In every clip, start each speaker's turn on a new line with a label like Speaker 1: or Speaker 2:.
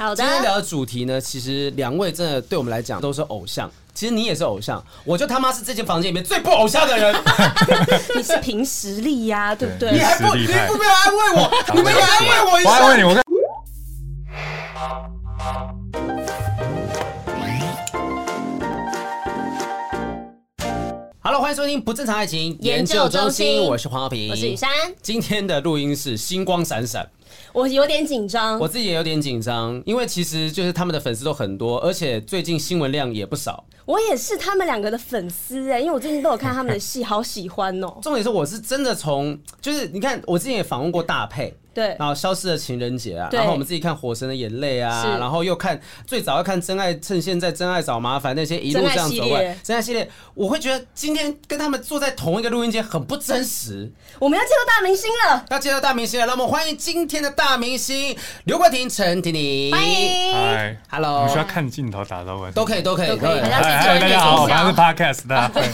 Speaker 1: 好
Speaker 2: 今天
Speaker 1: 的，
Speaker 2: 聊的主题呢，其实两位真的对我们来讲都是偶像。其实你也是偶像，我就他妈是这间房间里面最不偶像 的人，
Speaker 1: 你是凭实力呀、对不对？
Speaker 2: 你还不
Speaker 3: 实
Speaker 2: 你
Speaker 3: 力派
Speaker 2: 不没有安慰我，你们也安慰我一
Speaker 3: 我还
Speaker 2: 下。
Speaker 3: 问你，我看
Speaker 2: 好了，欢迎收听不正常爱情
Speaker 1: 研究中心
Speaker 2: 我是黄浩平，
Speaker 1: 我是雨珊，
Speaker 2: 今天的录音是星光闪闪，
Speaker 1: 我有点紧张
Speaker 2: 我。自己也有点紧张，因为其实就是他们的粉丝都很多，而且最近新闻量也不少。
Speaker 1: 我也是他们两个的粉丝哎、因为我最近都有看他们的戏，好喜欢哦、
Speaker 2: 重点是，我是真的从就是你看，我之前也访问过大佩，
Speaker 1: 对
Speaker 2: 然后消失的情人节啊，
Speaker 1: 对
Speaker 2: 然后我们自己看《火神的眼泪》啊，
Speaker 1: 是
Speaker 2: 然后又看最早要看《真爱趁现在》《真爱找麻烦》那些一路这样走过来，真爱系列，我会觉得今天跟他们坐在同一个录音间很不真实。
Speaker 1: 我们要见到大明星了，
Speaker 2: 那介绍大明星了，让我们欢迎今天的大明星刘冠廷、陈婷婷，
Speaker 1: 欢迎。
Speaker 3: 嗨
Speaker 2: Hello
Speaker 3: 我们需要看镜头打招呼，
Speaker 2: 都可以，都可以，
Speaker 1: 都可以大家自己
Speaker 3: 嗨。嗨，大
Speaker 1: 有一点
Speaker 3: 家好，
Speaker 1: 形象
Speaker 3: 我们是 podcast 的。
Speaker 1: 可以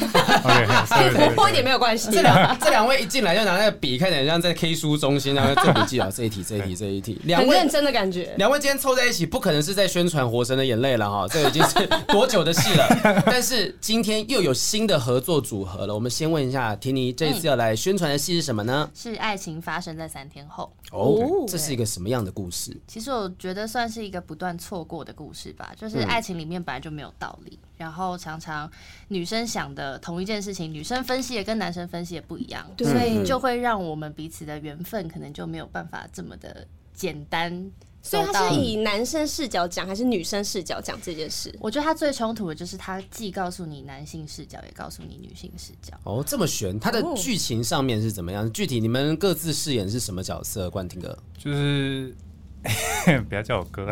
Speaker 3: OK，
Speaker 1: 活泼一点没有关系。
Speaker 2: 这两这两位一进来就拿那个笔，看起来像在 K 书中心，然后做笔记啊，这一题，这一题，这一题，两
Speaker 1: 很
Speaker 2: 位
Speaker 1: 认真的感觉，
Speaker 2: 两位今天凑在一起，不可能是在宣传《活神的眼泪》了哈，这已经 是多久的戏了？但是今天又有新的合作组合了。我们先问一下，婷妮这一次要来宣传的戏是什么呢？
Speaker 4: 是爱情发生在三天后。
Speaker 2: 哦，这是一个什么样的故事？
Speaker 4: 其实我觉得算是一个不断错过的故事吧，就是爱情里面本来就没有道理，然后常常女生想的同一件事情，女生分析的跟男生分析的不一样，
Speaker 1: 对
Speaker 4: 所以就会让我们彼此的缘分可能就没有办法这么的简单。
Speaker 1: 所以
Speaker 4: 走
Speaker 1: 他
Speaker 4: 到
Speaker 1: 是以男生视角讲还是女生视角讲这件事？
Speaker 4: 我觉得他最冲突的就是他既告诉你男性视角，也告诉你女性视角。
Speaker 2: 哦，这么悬，它的
Speaker 1: 哦
Speaker 2: 剧情上面是怎么样？具体你们各自饰演是什么角色？冠廷哥，
Speaker 3: 就是。不要叫我哥，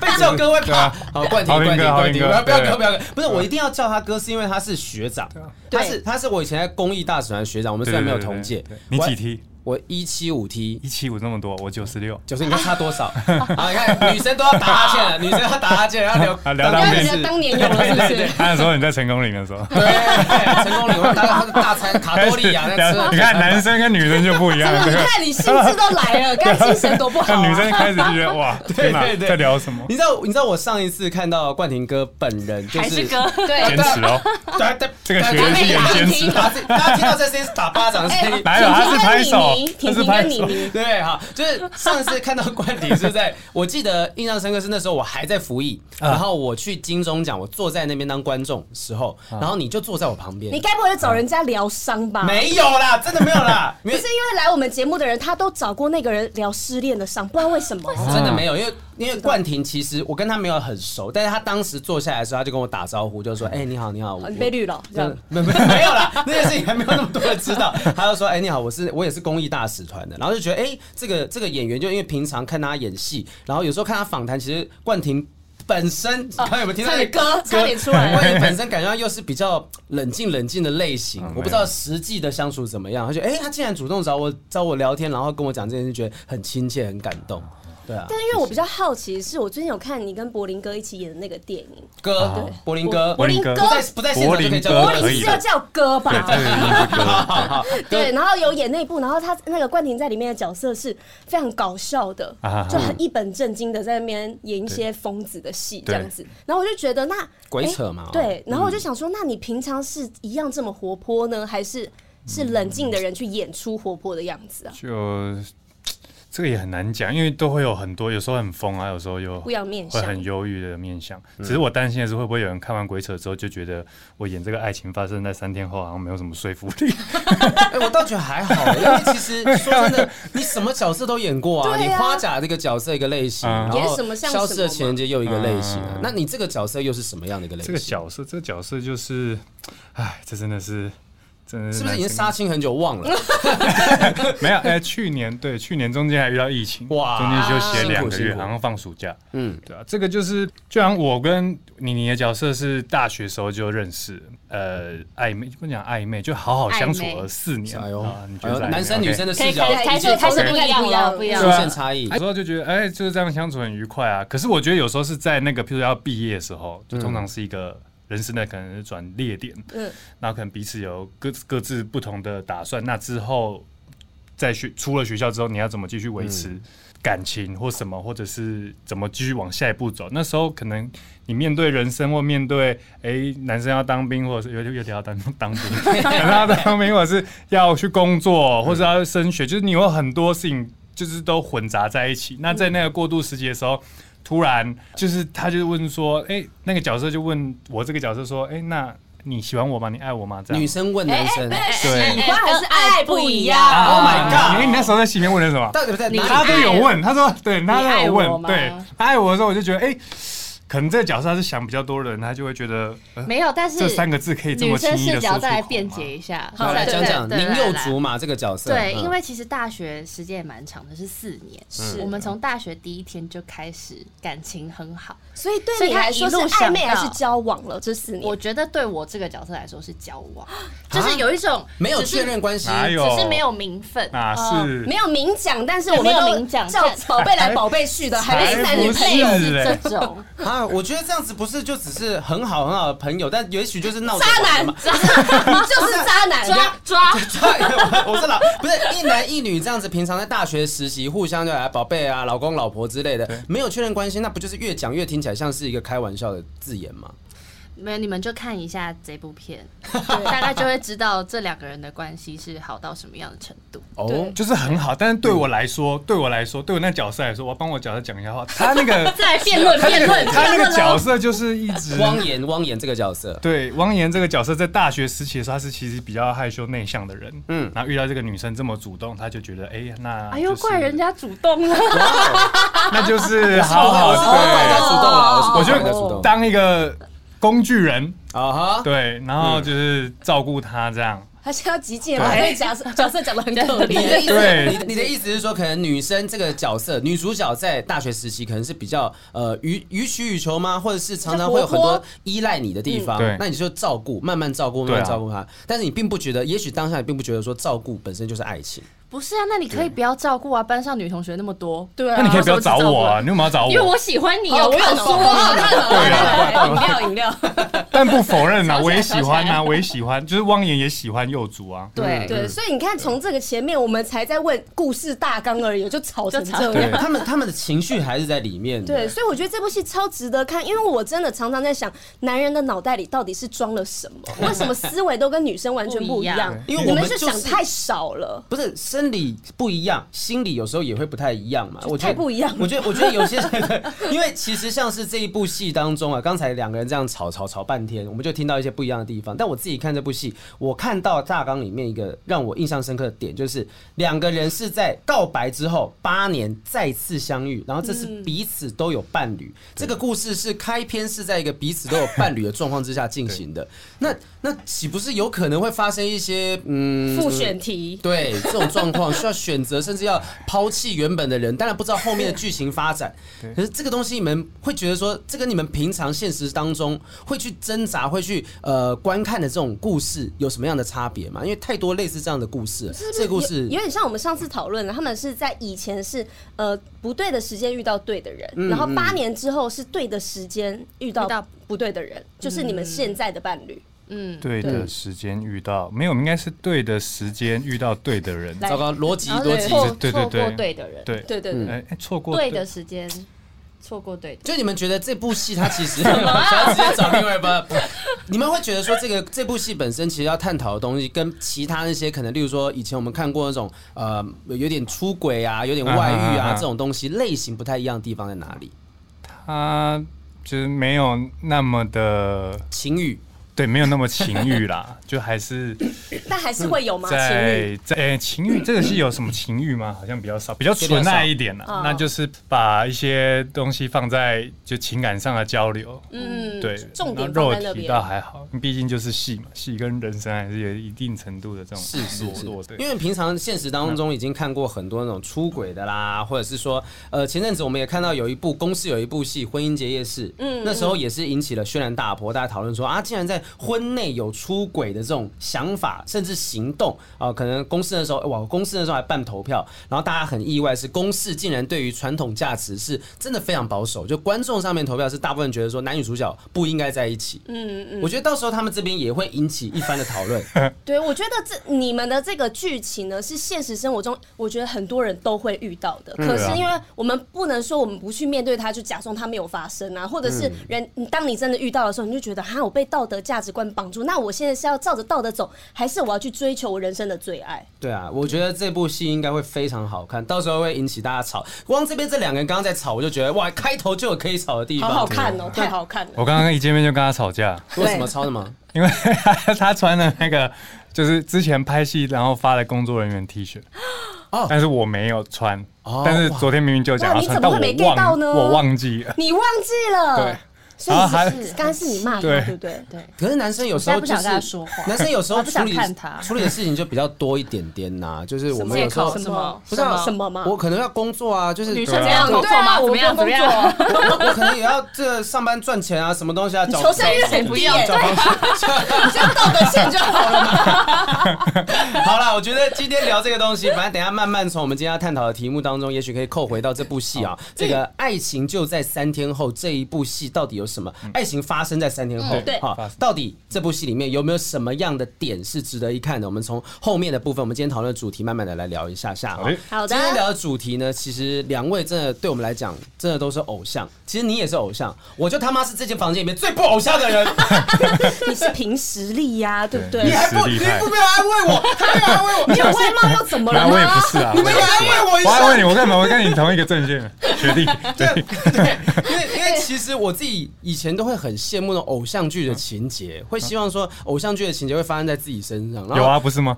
Speaker 2: 被叫哥会怕。啊好，冠廷，
Speaker 3: 豪平
Speaker 2: 冠廷，
Speaker 3: 哥豪
Speaker 2: 冠廷，不要
Speaker 3: 平哥
Speaker 2: 不要
Speaker 3: 对
Speaker 2: 哥，不要哥，不是我一定要叫他哥，是因为他是学长，
Speaker 1: 对
Speaker 2: 他是他是我以前在公益大使团的学长，我们虽然没有同届
Speaker 3: 对对，对对你几
Speaker 2: 我？
Speaker 3: 梯？
Speaker 2: 我一七五 T，
Speaker 3: 一七五那么多，我九十六。
Speaker 2: 九十，你看差多少？ 啊，你看女生都要打哈欠 了，女生要打哈欠，然后聊
Speaker 3: 啊聊
Speaker 1: 因
Speaker 3: 当
Speaker 1: 为
Speaker 3: 兵
Speaker 1: 人家当年有了，是不是？
Speaker 3: 那时候你在成功岭的时候，
Speaker 2: 对，成功领会大家大餐卡多利亚在吃
Speaker 3: 你看男生跟女生就不一样
Speaker 1: 真的，
Speaker 3: 了。
Speaker 1: 你看你心智都来了，该精神多不好、
Speaker 3: 那
Speaker 1: 啊。
Speaker 3: 啊 女生开始就觉得哇，天哪
Speaker 2: 对对，对
Speaker 3: 在聊什么？
Speaker 2: 你知道，你知道我上一次看到冠廷哥本人，就
Speaker 4: 还是哥，
Speaker 3: 坚持哦，
Speaker 2: 对对，
Speaker 3: 这个学员是眼坚持。
Speaker 2: 打大家听到这声音是打巴掌的 声音。
Speaker 3: 来了，他是拍手
Speaker 1: 婷，
Speaker 3: 他
Speaker 1: 婷
Speaker 3: 是
Speaker 1: 跟妮妮婷婷
Speaker 3: 拍
Speaker 1: 跟妮
Speaker 3: 手。
Speaker 1: 妮，
Speaker 2: 对，好，就是上次看到冠廷是在，我记得印象深刻是那时候我还在服役，
Speaker 3: 啊
Speaker 2: 然后我去金钟奖，我坐在那边当观众时候，
Speaker 3: 啊
Speaker 2: 然后你就坐在我旁边
Speaker 1: 你，该不会找人家疗伤吧？
Speaker 2: 没有啦，真的没有啦，没
Speaker 1: 不是因为来我们节目的人，他都找过那个人聊失恋的伤，不知道为什么。
Speaker 2: 真的没有，因为因为冠廷其实我跟他没有很熟，但是他当时坐下来的时候，他就跟我打招呼，就说：“哎、你好，你好，我
Speaker 1: 哦你被绿了，这样
Speaker 2: 嗯没没没有啦， 那件事情还没有那么多人知道。他就说：“哎、你好，我是我也是公益大使团的。”然后就觉得，哎、这个这个演员，就因为平常看他演戏，然后有时候看他访谈，其实冠廷。本身，刚刚有没有听
Speaker 1: 哦
Speaker 2: 到
Speaker 1: 差
Speaker 2: 那
Speaker 1: 点
Speaker 2: 个
Speaker 1: 歌差点出来
Speaker 2: 冠廷本身感觉他又是比较冷静冷静的类型
Speaker 3: 嗯，
Speaker 2: 我不知道实际的相处怎么样。他就哎、他竟然主动找我找我聊天，然后跟我讲这件事，觉得很亲切，很感动。对啊，
Speaker 1: 但是因为我比较好奇，是我最近有看你跟柏林哥一起演的那个电影，啊
Speaker 2: 哥，柏林哥，
Speaker 3: 柏林哥
Speaker 2: 不在不在现场就可以叫
Speaker 3: 柏
Speaker 1: 柏
Speaker 3: 林
Speaker 1: 林
Speaker 3: 可
Speaker 1: 是
Speaker 3: 以
Speaker 1: 要叫哥
Speaker 3: 对，
Speaker 1: 吧？
Speaker 3: 这个一定是哥。
Speaker 2: 好好，
Speaker 1: 对，然后有演那一部，然后他那个冠廷在里面的角色是非常搞笑的
Speaker 3: 啊，
Speaker 1: 就很一本正经的在那边演一些疯子的戏这样子。然后我就觉得那
Speaker 2: 鬼扯嘛哦
Speaker 1: 诶对，然后我就想说，那你平常是一样这么活泼呢，还是是冷静的人去演出活泼的样子啊？
Speaker 3: 就这个也很难讲，因为都会有很多，有时候很疯啊，有时候又
Speaker 1: 不一样面
Speaker 3: 会
Speaker 1: 相
Speaker 3: 很忧郁的面相。
Speaker 2: 嗯
Speaker 3: 只是我担心的是，会不会有人看完《鬼扯》之后就觉得我演这个爱情发生在三天后好像没有什么说服力？
Speaker 2: 哎、我倒觉得还好，因为其实 说真的，你什么角色都演过啊。
Speaker 1: 对啊
Speaker 2: 你花甲这个角色一个类型，
Speaker 3: 嗯
Speaker 2: 然后
Speaker 1: 演什么像什
Speaker 2: 消
Speaker 1: 么
Speaker 2: 失的情人节又一个类型、啊
Speaker 3: 嗯
Speaker 2: 那你这个角色又是什么样的一个类型？
Speaker 3: 啊这个角色，这个角色就是，哎，这真的是。真的
Speaker 2: 是不是已经
Speaker 3: 男生啊
Speaker 2: 杀青很久忘了？
Speaker 3: 没有？哎、去年对，去年中间还遇到疫情，
Speaker 2: 哇
Speaker 3: 中间休息了两
Speaker 2: 辛苦
Speaker 3: 个
Speaker 2: 辛
Speaker 3: 月，
Speaker 2: 苦
Speaker 3: 然后放暑假，
Speaker 2: 嗯，
Speaker 3: 对啊，这个就是，就像我跟妮妮的角色是大学时候就认识，呃，暧昧不讲暧昧，就好好相处
Speaker 4: 暧昧
Speaker 3: 了四年。
Speaker 2: 哎呦，
Speaker 3: 啊你
Speaker 2: 哎
Speaker 3: 觉得
Speaker 2: 呦
Speaker 3: 是暧昧
Speaker 2: 男生
Speaker 3: OK
Speaker 2: 女生的视角
Speaker 4: 可以
Speaker 1: 开
Speaker 2: 已经
Speaker 1: 始开始
Speaker 2: 出
Speaker 1: 不一样了，
Speaker 4: 不一样
Speaker 3: 对啊
Speaker 2: 现差异。
Speaker 3: 有时候就觉得，哎，就是这样相处很愉快啊。可是我觉得有时候是在那个，譬如要毕业的时候，
Speaker 2: 嗯
Speaker 3: 就通常是一个人生的可能是转捩点，
Speaker 1: 嗯，
Speaker 3: 然后可能彼此有各各自不同的打算。那之后在学出了学校之后，你要怎么继续维持感情或什么，或者是怎么继续往下一步走？那时候可能你面对人生或面对哎、诶男生要当兵，或者是有有点要当当兵，可能要当兵，或者是要去工作，或者要升学，就是你有很多事情就是都混杂在一起。那在那个过渡时期的时候。突然，就是他就问说：“哎、那个角色就问我这个角色说：‘哎、那你喜欢我吗？你爱我
Speaker 1: 哎
Speaker 3: 吗？’这样
Speaker 2: 女生问男生，
Speaker 3: 对
Speaker 1: 喜欢还是爱不一
Speaker 2: 啊
Speaker 1: 样。
Speaker 2: Oh my god
Speaker 3: 因为你那时候在洗面问的什么？
Speaker 2: 到底在哪
Speaker 3: 他
Speaker 2: 里？
Speaker 3: 都有问，他说对，他都有
Speaker 4: 你爱我
Speaker 3: 问，
Speaker 4: 吗
Speaker 3: 对，他爱我的时候，我就觉得哎、可能这个角色他是想比较多人，他就会觉得、呃、
Speaker 4: 没有，但是
Speaker 3: 这三个字可以这
Speaker 4: 女
Speaker 3: 么轻
Speaker 4: 生
Speaker 3: 易
Speaker 4: 视
Speaker 3: 的说
Speaker 4: 角
Speaker 3: 出
Speaker 4: 再来辩
Speaker 3: 口吗。
Speaker 4: 解一下，
Speaker 2: 好，来
Speaker 4: 对
Speaker 2: 讲讲
Speaker 4: 对
Speaker 2: 林
Speaker 4: 对
Speaker 2: 幼
Speaker 4: 来
Speaker 2: 竹嘛，这个角色。
Speaker 4: 对，
Speaker 2: 嗯
Speaker 4: 因为其实大学时间也蛮长的，是四年。
Speaker 1: 是
Speaker 4: 我们从大学第一天就开始感情很好，
Speaker 1: 所以
Speaker 4: 所
Speaker 1: 对
Speaker 4: 以
Speaker 1: 你
Speaker 4: 他
Speaker 1: 来
Speaker 4: 一
Speaker 1: 说是
Speaker 4: 路
Speaker 1: 暧昧
Speaker 4: 想
Speaker 1: 还
Speaker 4: 到
Speaker 1: 是交往了？这四
Speaker 4: 我
Speaker 1: 年，
Speaker 4: 觉得对我这个角色来说是交往，就是有一种
Speaker 2: 啊没有
Speaker 4: 只是
Speaker 2: 确认关系，
Speaker 3: 哪有？
Speaker 4: 只是没有名分。
Speaker 3: 哪是？
Speaker 1: 没有明讲，但是我们
Speaker 4: 没有
Speaker 1: 都
Speaker 4: 明讲
Speaker 1: 叫
Speaker 4: 但
Speaker 1: 宝贝来宝贝去的，还
Speaker 3: 才
Speaker 1: 是男女
Speaker 3: 不
Speaker 1: 配
Speaker 3: 是
Speaker 1: 偶。
Speaker 4: 是
Speaker 3: 嘞
Speaker 4: 这种，
Speaker 2: 啊，我觉得这样子不是就只是很好很好的朋友，但也许就是闹着
Speaker 1: 渣
Speaker 2: 玩
Speaker 1: 男，
Speaker 2: 嘛。
Speaker 1: 渣你 就是渣男，
Speaker 4: 抓抓，
Speaker 2: 对，我是老不是一男一女这样子，平常在大学实习，互相就来宝贝啊、老公老婆之类的，没有确认关系，那不就是越讲越听起来像是一个开玩笑的字眼吗？
Speaker 4: 没有你们就看一下这部 片，大概就会知道这两个人的关系是好到什么样的程度。
Speaker 2: 哦
Speaker 1: 对，
Speaker 3: 就是很好，但是对我来说，对我来说，对我那角色来说，我要帮我角色讲一下话。他那个
Speaker 4: 再来辩论
Speaker 2: 啊
Speaker 3: 他那
Speaker 4: 辩
Speaker 3: 个
Speaker 4: 论，
Speaker 3: 他那个角色就是一直
Speaker 2: 汪言汪言这个角色，
Speaker 3: 对汪言这个角色，在大学时期的时候，他是其实比较害羞内向的人，
Speaker 2: 嗯
Speaker 3: 嗯，然后遇到这个女生这么主动，他就觉得，哎、那、
Speaker 4: 哎呦，怪人，家主动啊了。
Speaker 2: 哇哦
Speaker 3: 那就是好好
Speaker 2: 我是怪他
Speaker 3: 对，
Speaker 2: 主动了，是
Speaker 3: 我
Speaker 2: 怪
Speaker 3: 觉
Speaker 2: 他主
Speaker 3: 得
Speaker 2: 动
Speaker 3: 当一个工具人，
Speaker 2: 啊哈，
Speaker 3: 对，然后就是照顾他这样，
Speaker 1: 还是要极简嘛？这个角色角色讲的很可
Speaker 2: 你的
Speaker 1: 怜。
Speaker 2: 意思，
Speaker 3: 对
Speaker 2: 你的你的意思是说，可能女生这个角色，女主角在大学时期可能是比较呃予予取予求吗？或者是常常会有很
Speaker 1: 比较活
Speaker 2: 多
Speaker 1: 泼
Speaker 2: 依赖你的地方，
Speaker 3: 嗯对
Speaker 2: 那你就照顾，慢慢照顾，慢
Speaker 3: 对啊
Speaker 2: 慢照顾她。但是你并不觉得，也许当下你并不觉得说照顾本身就是爱情，
Speaker 4: 不是啊，那你可以不要照顾啊，班上女同学那么多，
Speaker 1: 对啊
Speaker 3: 那你可以不要
Speaker 4: 我怎
Speaker 3: 找
Speaker 4: 么知道
Speaker 3: 我啊，你有没有找
Speaker 4: 因为
Speaker 3: 我？
Speaker 4: 我喜欢你
Speaker 1: 好
Speaker 4: 啊，
Speaker 1: 好
Speaker 4: 我有
Speaker 1: 看哦
Speaker 4: 说
Speaker 1: 好
Speaker 4: 啊。
Speaker 1: 好看
Speaker 3: 对
Speaker 1: 哦，饮料饮料。
Speaker 3: 但不否认啊，我也喜
Speaker 4: 想
Speaker 3: 欢
Speaker 4: 起来
Speaker 3: 啊，我也喜欢，就是汪言也喜欢幼主啊，
Speaker 4: 对
Speaker 1: 对，所以你看，从这个前面我们才在问故事大纲而已，就吵成
Speaker 4: 就吵
Speaker 1: 这
Speaker 3: 对
Speaker 1: 样。
Speaker 2: 他们他们的情绪还是在里面的。
Speaker 1: 对，所以我觉得这部戏超值得看，因为我真的常常在想，男人的脑袋里到底是装了 什么？为什么思维都跟女生完全不一样？
Speaker 2: 不一样因为
Speaker 1: 你
Speaker 2: 我们
Speaker 1: 是
Speaker 2: 就是
Speaker 1: 想太少了。
Speaker 2: 不是生理不一样，心理有时候也会不太一样嘛。我觉
Speaker 1: 太
Speaker 2: 得
Speaker 1: 不一样了
Speaker 2: 我觉得我觉得有些人，因为其实像是这一部戏当中啊，刚才两个人这样吵吵吵半天，我们就听到一些不一样的地方。但我自己看这部戏，我看到大纲里面一个让我印象深刻的点，就是两个人是在告白之后八年再次相遇，然后这次
Speaker 1: 嗯
Speaker 2: 彼此都有伴侣。这个故事是开篇是在一个彼此都有伴侣的状况之下进行的。那那岂不是有可能会发生一些嗯
Speaker 1: 复选题，
Speaker 2: 对这种状况需要选择，甚至要抛弃原本的人，当然不知道后面的剧情发展。可是这个东西，你们会觉得说，这跟你们平常现实当中会去挣扎、会去呃观看的这种故事有什么样的差别吗？因为太多类似这样的故事了，这个故事
Speaker 1: 有有点像我们上次讨论的，他们是在以前是呃不对的时间遇到对的人，
Speaker 2: 嗯
Speaker 1: 然后八年之后是对的时间遇
Speaker 4: 遇
Speaker 1: 到
Speaker 4: 到
Speaker 1: 不对的人，就是你们现在的伴侣。
Speaker 4: 嗯，
Speaker 3: 对的时间遇到没有，应该是对的时间遇到对的人，
Speaker 4: 来
Speaker 2: 糟糕，逻辑
Speaker 1: 哦
Speaker 4: 然后
Speaker 2: 逻辑，
Speaker 4: 错
Speaker 3: 对对
Speaker 4: 错过
Speaker 3: 对
Speaker 4: 对的人，
Speaker 3: 对
Speaker 1: 对对
Speaker 2: 嗯
Speaker 1: 对，
Speaker 3: 哎哎错过
Speaker 4: 对的时间，错过对的。
Speaker 2: 就你们觉得这部戏它 其实， 想
Speaker 3: 啊
Speaker 2: 要直接找另外一半，你们会觉得说这个这部戏本身其实要探讨的东西，跟其他那些可能，例如说以前我们看过那种呃有点出轨啊、有点外遇
Speaker 3: 啊
Speaker 2: 啊
Speaker 3: 啊啊
Speaker 2: 这种东西类型不太一样的地方在哪里？
Speaker 3: 他就是没有那么的，
Speaker 2: 情欲
Speaker 3: 对，没有那么情欲啦， 就还是
Speaker 1: 但还是会有吗？情侣
Speaker 3: 嗯在在、诶情欲这个戏有什么情欲吗？好像比较少，比较纯爱一点啦啊
Speaker 1: 少。嗯
Speaker 3: 那就是把一些东西放在就情感上的交流，
Speaker 1: 嗯，
Speaker 3: 对，
Speaker 1: 重点
Speaker 3: 那
Speaker 1: 放
Speaker 3: 肉
Speaker 1: 在那
Speaker 3: 体
Speaker 1: 边。
Speaker 3: 倒还好，毕竟就是戏嘛，戏跟人生还是有一定程度的这种
Speaker 2: 是是
Speaker 3: 落
Speaker 2: 是
Speaker 3: 落啊对，
Speaker 2: 因为平常现实当中已经看过很多那种出轨的啦，或者是说，呃，前阵子我们也看到有嗯一部公司有一部戏《婚姻结夜市》，嗯，那时候也是引起了轩然大波，大家讨论说啊，竟然在婚内有出轨的这种想法，甚至行动啊、可能公示的时候，哇，公示的时候还办投票，然后大家很意外是公示竟然对于传统价值是真的非常保守，就观众上面投票是大部分觉得说男女主角不应该在一起。嗯嗯，我觉得到时候他们这边也会引起一番的讨论。
Speaker 1: 对，我觉得这你们的这个剧情呢，是现实生活中我觉得很多人都会遇到的。
Speaker 3: 嗯
Speaker 1: 可
Speaker 3: 啊
Speaker 1: 是因为我们不能说我们不去面对它，就假装它没有发生
Speaker 3: 嗯
Speaker 1: 啊，或者是人，你当你真的遇到的时候，你就觉得哈，我被道德价值观绑住，那我现在是要照着道德走，还是我要去追求我人生的最爱？
Speaker 2: 对啊，我觉得这部戏应该会非常好看，到时候会引起大家吵。光这边这两个人刚刚在吵，我就觉得哇，开头就有可以吵的地
Speaker 1: 好
Speaker 2: 方。
Speaker 1: 好看哦、
Speaker 3: 啊
Speaker 1: 太好看了。
Speaker 3: 我刚刚一见面就跟他吵架，
Speaker 2: 为什么吵什么？
Speaker 3: 因为 他穿了那个就是之前拍戏然后发的工作人员 T 恤，
Speaker 2: 哦
Speaker 3: 但是我没有穿，
Speaker 2: 哦
Speaker 3: 但是昨天明明就讲
Speaker 1: 哇
Speaker 3: 要
Speaker 1: 你
Speaker 3: 穿，
Speaker 1: 怎
Speaker 3: 但
Speaker 1: 么
Speaker 3: 我
Speaker 1: 会没 get 到
Speaker 3: 忘
Speaker 1: 呢
Speaker 3: 我忘记了，
Speaker 1: 你忘记了，
Speaker 3: 对，
Speaker 1: 所以
Speaker 3: 然后还
Speaker 1: 是刚刚是你骂他，
Speaker 3: 对
Speaker 1: 对不对？
Speaker 4: 对，啊
Speaker 2: 可是男生有时
Speaker 4: 我
Speaker 2: 候
Speaker 4: 现在
Speaker 2: 就
Speaker 4: 不想
Speaker 2: 是
Speaker 4: 跟他说话
Speaker 2: 男生有时候
Speaker 4: 我不
Speaker 2: 处
Speaker 4: 想
Speaker 2: 理
Speaker 4: 看他
Speaker 2: 处理的事情就比较多一点点呐、就是我们有时候
Speaker 4: 什么借口
Speaker 2: 不是啊
Speaker 1: 什么吗？
Speaker 2: 我可能要工作啊，就是
Speaker 4: 女生
Speaker 2: 对
Speaker 4: 怎
Speaker 2: 啊
Speaker 4: 样
Speaker 1: 对
Speaker 4: 工作吗？
Speaker 1: 啊，
Speaker 4: 怎
Speaker 1: 我
Speaker 4: 么样？
Speaker 1: 不工
Speaker 4: 怎么
Speaker 1: 作
Speaker 4: 样？
Speaker 1: 啊，
Speaker 2: 我我可能也要这上班赚钱啊，什么东西啊，
Speaker 1: 你
Speaker 2: 找
Speaker 1: 求生欲很
Speaker 4: 不
Speaker 1: 低
Speaker 4: 要
Speaker 1: 耶，
Speaker 4: 找
Speaker 1: 对，啊你就道德线就好了嘛。
Speaker 2: 好啦，我觉得今天聊这个东西，反正等一下慢慢从我们今天要探讨的题目当中，也许可以扣回到这部戏啊。这个爱情就在三天后这一部戏到底有什么？爱情发生在三天后，
Speaker 1: 嗯对
Speaker 2: 好，到底这部戏里面有没有什么样的点是值得一看的？我们从后面的部分，我们今天讨论的主题，慢慢的来聊一下下啊。
Speaker 3: 好的
Speaker 1: 好
Speaker 2: 今天聊的主题呢，其实两位真的对我们来讲，真的都是偶像。其实你也是偶像，我就他妈是这间房间里面最不偶像的 人。
Speaker 1: 你是凭实力呀，对不对
Speaker 2: 你
Speaker 3: 对？
Speaker 2: 还不，你
Speaker 3: 实力派
Speaker 2: 不要安慰我，还要安慰 我，
Speaker 1: 你有外貌又怎么
Speaker 3: 然
Speaker 1: 了
Speaker 3: 后我也
Speaker 1: 吗
Speaker 3: 不？是 啊，
Speaker 2: 你们
Speaker 3: 也不是
Speaker 2: 来安慰我一下
Speaker 3: 我安慰你，我干嘛？我跟你同一个阵线，学弟，
Speaker 2: 对对，因为因为其实我自己以前都会很羡慕那种偶像剧的情节，会希望说偶像剧的情节会发生在自己身上。然后
Speaker 3: 有，啊，不是吗？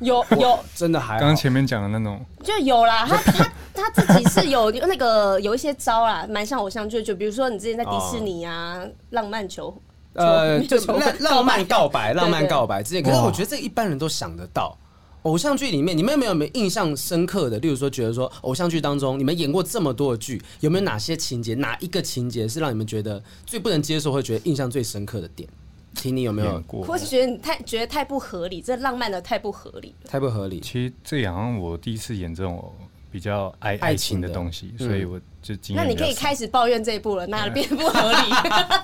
Speaker 1: 有有
Speaker 2: 真的还好
Speaker 3: 刚刚前面讲的那种，
Speaker 1: 就有 啦，他他他自己是有那个有一些招啦，蛮像偶像剧，就比如说你之前在
Speaker 3: 哦
Speaker 1: 迪士尼啊，浪漫球。
Speaker 2: 呃，
Speaker 1: 球
Speaker 2: 就是浪浪漫告白，浪漫
Speaker 1: 对对
Speaker 2: 告白之类。可是
Speaker 3: 哇
Speaker 2: 我觉得这一般人都想得到。偶像剧里面，你们有没有没有印象深刻的？例如说，觉得说偶像剧当中，你们演过这么多的剧，有没有哪些情节，哪一个情节是让你们觉得最不能接受，会觉得印象最深刻的点？听你有啊没有
Speaker 3: 演过
Speaker 1: 或是觉得你太觉得太不合理，这浪漫的太不合理了。
Speaker 2: 太不合理？
Speaker 3: 其实这好像我第一次演这种比较爱
Speaker 2: 爱
Speaker 3: 爱
Speaker 2: 情
Speaker 3: 情
Speaker 2: 的
Speaker 3: 的东西，
Speaker 2: 嗯
Speaker 3: 所以我就经
Speaker 1: 那
Speaker 3: 验
Speaker 1: 你
Speaker 3: 比
Speaker 1: 可
Speaker 3: 较
Speaker 1: 以
Speaker 3: 少。
Speaker 1: 开始抱怨这一步了，哪边不合 理？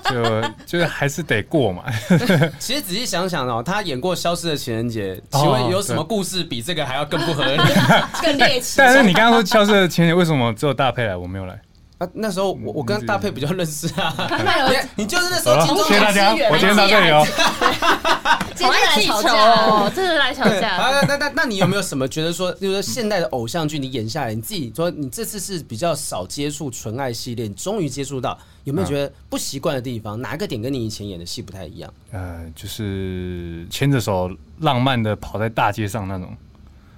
Speaker 3: 就就是还是得过嘛。
Speaker 2: 其实仔细想想哦，他演过《消失的情人节》，
Speaker 3: 哦
Speaker 2: 请问有什么故事比这个还要更不合 理？
Speaker 1: 更猎奇。
Speaker 3: 但是你刚刚说消失的情人节，为什么只有大佩来，我没有来？
Speaker 2: 啊，那时候我我
Speaker 3: 嗯
Speaker 2: 跟大佩比较认识啊，
Speaker 1: 那有
Speaker 2: 你就是那时候
Speaker 3: 好了
Speaker 2: 金钟
Speaker 3: 谢谢大家，
Speaker 1: 资源
Speaker 3: 我今天到这里哦。
Speaker 1: 今天来吵架
Speaker 4: 哦，这是来吵
Speaker 2: 对，
Speaker 4: 架。
Speaker 2: 啊，那那那你有没有什么觉得说，就是说现代的偶像剧，你演下来，你自己说你这次是比较少接触纯爱系列，你终于接触到，有
Speaker 3: 嗯
Speaker 2: 没有觉得不习惯的地方？哪一个点跟你以前演的戏不太一样？
Speaker 3: 呃，就是牵着手浪漫的跑在大街上那种，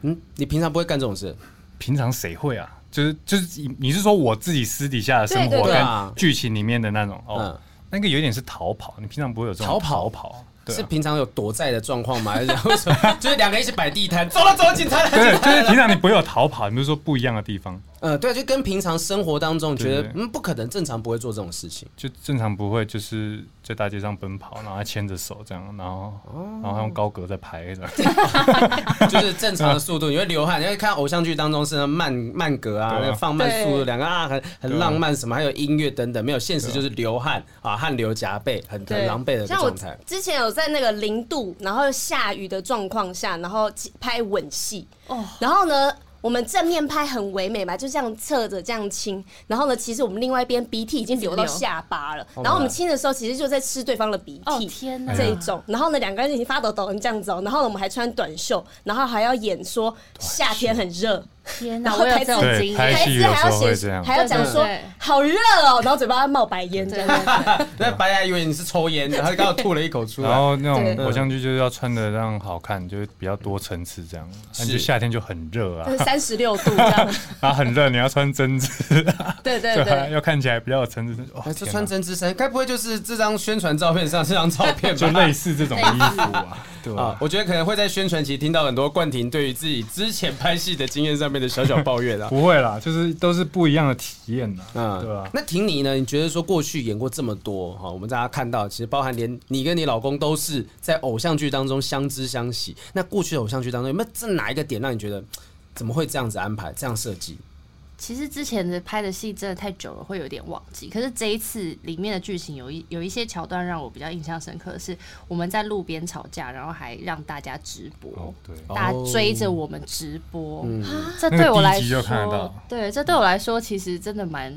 Speaker 2: 嗯，你平常不会干这种事，
Speaker 3: 平常谁会啊？就是就是你你是说我自己私底下的生
Speaker 1: 对
Speaker 3: 活
Speaker 2: 对对
Speaker 3: 跟
Speaker 2: 啊
Speaker 3: 剧情里面的那种哦
Speaker 2: 嗯，
Speaker 3: 那个有点是逃跑，你平常不会有这种
Speaker 2: 逃跑
Speaker 3: 逃跑啊，对
Speaker 2: 是
Speaker 3: 啊。
Speaker 2: 平常有躲债的状况吗？还是 为什么？就是两个人一起摆地摊，走了走了，警察来，
Speaker 3: 对，
Speaker 2: 警察
Speaker 3: 就
Speaker 2: 来
Speaker 3: 是
Speaker 2: 了
Speaker 3: 平常你不会有逃跑，你不是说不一样的地方，
Speaker 2: 呃，对，就跟平常生活当中觉得
Speaker 3: 对对
Speaker 2: 嗯不可能正常不会做这种事情。
Speaker 3: 就正常不会就是在大街上奔跑，然后还牵着手这样，然后
Speaker 1: 哦
Speaker 3: 然后还用高格在拍 这样。
Speaker 2: 就是正常的速度，你会流汗，你会看偶像剧当中是那慢慢格啊，
Speaker 3: 对啊
Speaker 2: 那个放慢速度，
Speaker 1: 对
Speaker 2: 两个啊很很
Speaker 3: 对啊
Speaker 2: 浪漫什么，还有音乐等等，没有现实就是流汗啊，汗流浃背，很很狼狈的
Speaker 1: 像我
Speaker 2: 状 态。
Speaker 1: 之前有在那个零度，然后下雨的状况下，然后拍吻戏，
Speaker 4: 哦
Speaker 1: 然后呢，我们正面拍很唯美嘛，就这样侧着这样亲，然后呢，其实我们另外一边鼻涕已经流到下巴了，然后我们亲的时候，其实就在吃对方的鼻
Speaker 4: 哦
Speaker 1: 涕。
Speaker 4: 天哪！
Speaker 1: 这一种，然后呢，两个人已经发抖抖成这样子哦、然后呢，我们还穿短袖，然后还要演说夏天很热，
Speaker 4: 天
Speaker 1: 然
Speaker 4: 哪！
Speaker 1: 后
Speaker 4: 我有
Speaker 1: 台
Speaker 4: 这
Speaker 1: 词
Speaker 4: 种
Speaker 3: 对
Speaker 4: 经
Speaker 3: 拍
Speaker 4: 验，
Speaker 1: 台
Speaker 3: 戏
Speaker 1: 词
Speaker 3: 有
Speaker 1: 还
Speaker 3: 时
Speaker 1: 要
Speaker 3: 候会
Speaker 1: 写
Speaker 3: 这，样
Speaker 1: 还要讲说
Speaker 4: 对对对
Speaker 1: 好热哦、然后嘴巴冒白烟这
Speaker 4: 对
Speaker 1: 样。
Speaker 4: 对对
Speaker 2: 那白牙以为你是抽烟的，他刚好吐了一口出
Speaker 3: 然
Speaker 2: 来。
Speaker 3: 后那
Speaker 1: 对
Speaker 3: 种偶像剧就是要穿的让好看，就是比较多层次这样。那你
Speaker 2: 是
Speaker 3: 就夏天就很热啊
Speaker 1: 就，是三十六度这 样，
Speaker 3: 然后很热，你要穿针织，
Speaker 1: 对对哎
Speaker 3: 就还
Speaker 1: 对，
Speaker 3: 要看起来比较有层次。哦
Speaker 2: 还，是
Speaker 3: 天
Speaker 2: 穿
Speaker 3: 哪
Speaker 2: 针织衫，该不会就是这张宣传照片上这张照片
Speaker 3: 就
Speaker 2: 吧
Speaker 3: 类？似这种衣服啊，对
Speaker 2: 啊
Speaker 3: 吧，？
Speaker 2: 我觉得可能会在宣传期听到很多冠廷对于自己之前拍戏的经验上上面的小小抱 怨啊。
Speaker 3: 不会啦，就是都是不一样的体验呐，
Speaker 2: 嗯，
Speaker 3: 对吧？
Speaker 2: 那婷妮呢？你觉得说过去演过这么多哈，我们大家看到，其实包含连你跟你老公都是在偶像剧当中相知相惜。那过去的偶像剧当中，有没有这哪一个点让你觉得怎么会这样子安排、这样设计？
Speaker 4: 其实之前的拍的戏真的太久了，会有点忘记。可是这一次里面的剧情有一有一些桥段让我比较印象深刻，是我们在路边吵架，然后还让大家直播，
Speaker 3: 哦，对，嗯
Speaker 4: 大家追着我们直播。
Speaker 1: 啊
Speaker 4: 这对我来
Speaker 3: 那个第一集就看得到
Speaker 4: 说，对，这对我来说其实真的蛮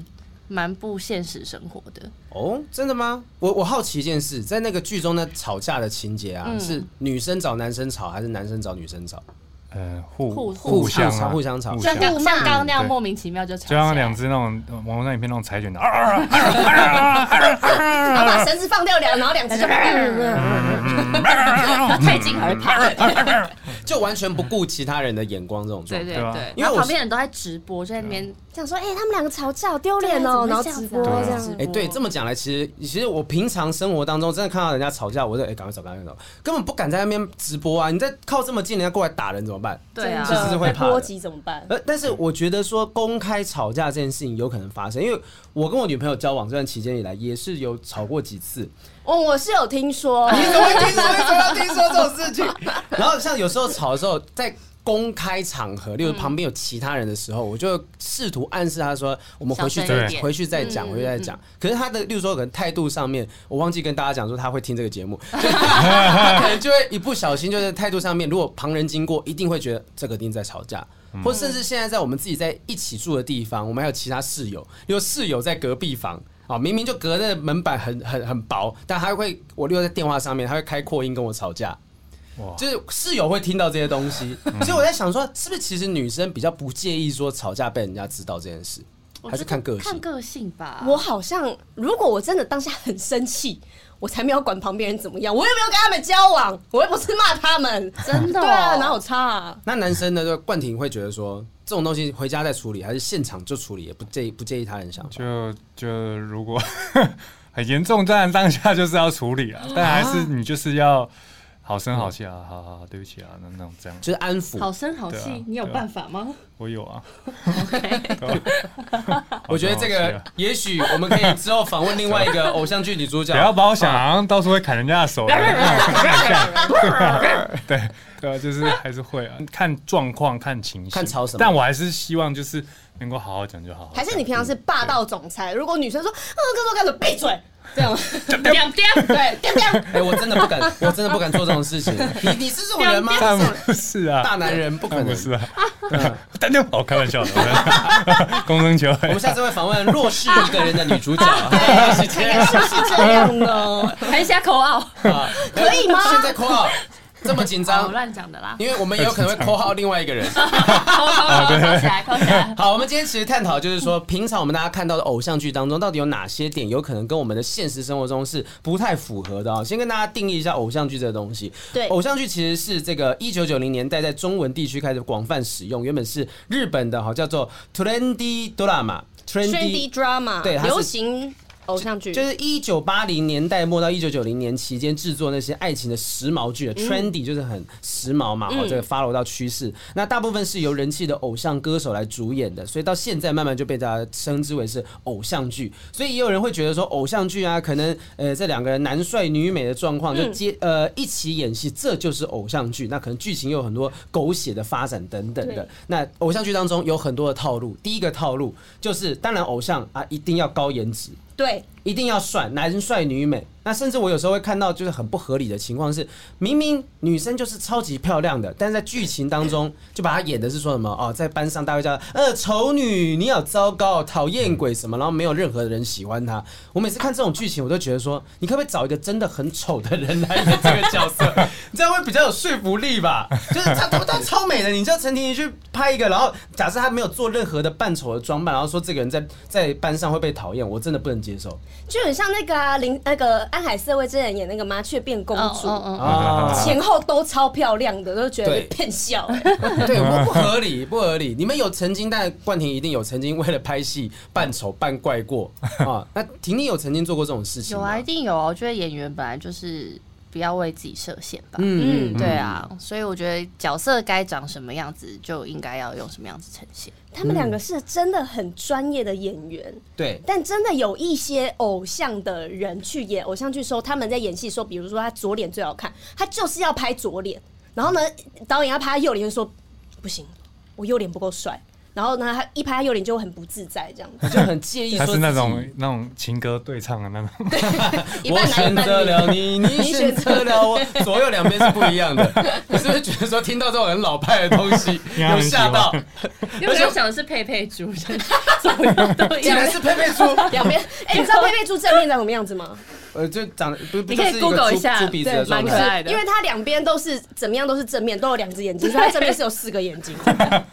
Speaker 4: 蛮不现实生活的。
Speaker 2: 哦，真的吗？我我好奇一件事，在那个剧中的吵架的情节啊，
Speaker 4: 嗯
Speaker 2: 是女生找男生吵，还是男生找女生吵？
Speaker 3: 呃，互
Speaker 4: 互
Speaker 2: 互
Speaker 3: 相
Speaker 2: 相
Speaker 3: 啊
Speaker 2: 互相吵
Speaker 3: 互
Speaker 4: 像
Speaker 3: 相
Speaker 1: 这样
Speaker 4: 刚像刚刚那样
Speaker 3: 对
Speaker 4: 莫名其妙就吵
Speaker 3: 就
Speaker 4: 架
Speaker 3: 像，两只那种呃网络上影片那种柴犬的，啊
Speaker 4: 嗯
Speaker 1: 然后把绳子放掉两，然后两只嗯就
Speaker 4: 然后太近还会怕。
Speaker 3: 嗯
Speaker 2: 就完全不顾其他人的眼光这种状态。
Speaker 4: 对对
Speaker 3: 对吧啊
Speaker 4: 对，
Speaker 2: 因为
Speaker 4: 然
Speaker 2: 我
Speaker 4: 后旁边人都在直播，就在那边
Speaker 1: 想说，哎、他们两个吵架好丢脸哦，
Speaker 4: 对
Speaker 1: 然
Speaker 4: 啊
Speaker 1: 后
Speaker 4: 怎么
Speaker 1: 直
Speaker 4: 会
Speaker 1: 播
Speaker 4: 这样
Speaker 1: 这样。
Speaker 4: 子啊直
Speaker 2: 哎、对，这么讲来，其实其实我平常生活当中真的看到人家吵架，我就哎，欸赶、快走，赶快走，根本不敢在那边直播啊！你在靠这么近，人家过来打人怎么办？
Speaker 4: 对啊，
Speaker 2: 其实是会怕的
Speaker 1: 被波及怎么办？
Speaker 2: 呃，但是我觉得说公开吵架这件事情有可能发生，因为我跟我女朋友交往这段期间以来，也是有吵过几次。
Speaker 1: 哦，我是有听 说，
Speaker 2: 你怎么会听说？你怎么会听说这种事情？ 然后像有时候吵的时候，在公开场合，例如旁边有其他人的时候，我就试图暗示他说：“我们回去
Speaker 4: 小声
Speaker 3: 一
Speaker 2: 再
Speaker 4: 点
Speaker 2: 回去再讲，
Speaker 4: 嗯
Speaker 2: 回去再讲。”可是他的，例如说可能态度上面，我忘记跟大家讲说他会听这个 节目，他可能就会一不小心就是态度上面，如果旁人经过，一定会觉得这个一定在吵架。
Speaker 4: 嗯
Speaker 2: 或甚至现在在我们自己在一起住的地方，我们还有其他室友，有室友在隔壁房啊，明明就隔着门板很很很薄，但他会我留在电话上面，他会开扩音跟我吵架。
Speaker 3: 哇
Speaker 2: 就是室友会听到这些东西，
Speaker 3: 嗯
Speaker 2: 所以我在想说，是不是其实女生比较不介意说吵架被人家知道这件事，
Speaker 4: 我
Speaker 2: 还是
Speaker 4: 觉得
Speaker 2: 看个性
Speaker 4: 看？个性吧。
Speaker 1: 我好像，如果我真的当下很生气，我才没有管旁边人怎么样，我又没有跟他们交往，我又不是骂他们，
Speaker 4: 真的哦
Speaker 1: 对啊，哪有差啊？
Speaker 2: 那男生呢？就冠廷会觉得说，这种东西回家再处理，还是现场就处理，也不介意不介意他人想法。
Speaker 3: 就就如果 很严重，当然当下就是要处理啊，但还是你就是要好声好气啊，好好好，对不起啊，那那种这样，
Speaker 2: 就是安抚，
Speaker 4: 好声好
Speaker 3: 对啊
Speaker 4: 气，你有
Speaker 3: 对啊
Speaker 4: 办法吗？
Speaker 3: 我有啊，
Speaker 2: 我觉得这
Speaker 3: 好生好气
Speaker 2: 个
Speaker 3: 啊
Speaker 2: 也许我们可以之后访问另外一个偶像剧女主角
Speaker 3: 不。要把我想好像到处会砍人家的手的，对对啊，就是还是会啊，看状况看情形，
Speaker 2: 看吵什么
Speaker 3: 但我还是希望就是能够好好讲就好好讲，
Speaker 1: 还是你平常是霸道总裁？如果女生说，嗯，跟我干什么？闭嘴，这 样吗？
Speaker 4: 两边
Speaker 1: 对，叮叮，
Speaker 2: 哎、我真的不敢，我真的不敢做这种事情。你你是这种人吗？
Speaker 3: 但不是啊，
Speaker 2: 大男人不可
Speaker 3: 但不
Speaker 2: 能。
Speaker 3: 是啊，但就我开玩笑的，公生球，
Speaker 2: 我们下次会访问弱势一个人的女主角。
Speaker 4: 啊
Speaker 1: 对，看看是不是这样 呢？
Speaker 4: 还下口号，
Speaker 2: 啊
Speaker 1: 可以吗
Speaker 2: 现在括号这么紧
Speaker 4: 我
Speaker 2: 张，
Speaker 4: 乱讲的啦，
Speaker 2: 因为我们也有可能会括号另外 一个人。
Speaker 4: 扣扣扣扣起来，扣起来。
Speaker 2: 好，我们今天其实探讨就是说，平常我们大家看到的偶像剧当中，到底有哪些点有可能跟我们的现实生活中是不太符合的啊、先跟大家定义一下偶像剧这个东西。
Speaker 1: 对
Speaker 2: 偶像剧其实是这个一九九零年代在中文地区开始广泛使用，原本是日本的哈，叫做 trendy drama。
Speaker 1: trendy drama，
Speaker 2: 对它是
Speaker 1: 流行偶像剧，
Speaker 2: 就是一九八零年代末到一九九零年期间制作那些爱情的时髦剧、t
Speaker 1: 嗯
Speaker 2: r e n d y 就是很时髦嘛，哦，这个 follow 到趋势。那大部分是由人气的偶像歌手来主演的，所以到现在慢慢就被大家称之为是偶像剧。所以也有人会觉得说，偶像剧啊，可能呃这两个人男帅女美的状
Speaker 1: 嗯
Speaker 2: 况就接、呃一起演戏，这就是偶像剧。那可能剧情又有很多狗血的发展等等的
Speaker 1: 对。
Speaker 2: 那偶像剧当中有很多的套路，第一个套路就是，当然偶像啊一定要高颜值。
Speaker 1: 对，
Speaker 2: 一定要帅，男帅女美。那甚至我有时候会看到，就是很不合理的情况是，明明女生就是超级漂亮的，但是在剧情当中就把她演的是说什么哦，在班上大家会叫她呃丑女，你好糟糕，讨厌鬼什么，然后没有任何人喜欢她。我每次看这种剧情，我都觉得说，你可不可以找一个真的很丑的人来演这个角色？ 这样会比较有说服力吧？就是她她她超美的，你叫陈婷婷去拍一个，然后假设她没有做任何的扮丑的装扮，然后说这个人在在班上会被讨厌，我真的不能接受。
Speaker 1: 就很像那个啊林那个安海瑟薇之前演那个麻雀变公主。
Speaker 4: 嗯嗯
Speaker 2: 啊，
Speaker 1: 前后都超漂亮的，都觉得
Speaker 2: 对
Speaker 1: 被骗笑、欸。
Speaker 2: 对，不不合理，不合理。你们有曾经，但冠廷一定有曾经为了拍戏扮丑扮怪过啊。那婷婷有曾经做过这种事情
Speaker 4: 有
Speaker 2: 吗？
Speaker 4: 啊，一定有啊。我觉得演员本来就是不要为自己设限吧。
Speaker 2: 嗯
Speaker 1: 嗯
Speaker 2: 嗯，
Speaker 4: 对啊，所以我觉得角色该长什么样子，就应该要用什么样子呈现。
Speaker 1: 他们两个是真的很专业的演员，
Speaker 2: 对，
Speaker 1: 但真的有一些偶像的人去演偶像剧的时候，他们在演戏的时候，比如说他左脸最好看，他就是要拍左脸，然后呢，导演要拍他右脸，就说不行，我右脸不够帅。然后呢，他一拍他右脸就很不自在，这样子。
Speaker 2: 就很介意
Speaker 3: 他
Speaker 2: 说
Speaker 3: 是那
Speaker 2: 自己
Speaker 3: 种那种情歌对唱的那种，
Speaker 1: 一
Speaker 2: 我
Speaker 1: 半男
Speaker 2: 选
Speaker 1: 一半
Speaker 2: 择了
Speaker 1: 女。
Speaker 2: 你，你选择了 我，左右两边是不一样的。你是不是觉得说听到这种很老派的东 西
Speaker 3: 你好
Speaker 2: 有吓到？
Speaker 4: 因为我刚想的是佩佩猪，怎么都一
Speaker 2: 竟然
Speaker 4: 样。
Speaker 2: 是佩佩猪，
Speaker 1: 两边，哎、你知道佩佩猪正面长什么样子吗？
Speaker 2: 呃，就长得不不
Speaker 4: 你
Speaker 2: 就
Speaker 4: 可以
Speaker 2: 是一个
Speaker 4: Google
Speaker 2: 猪
Speaker 4: 一下
Speaker 2: 猪鼻子的
Speaker 4: 对
Speaker 2: 状
Speaker 4: 蛮
Speaker 2: 态，
Speaker 4: 可爱的
Speaker 1: 因为它两边都是怎么样都是正面，都有两只眼睛，所以它正面是有四个眼 睛。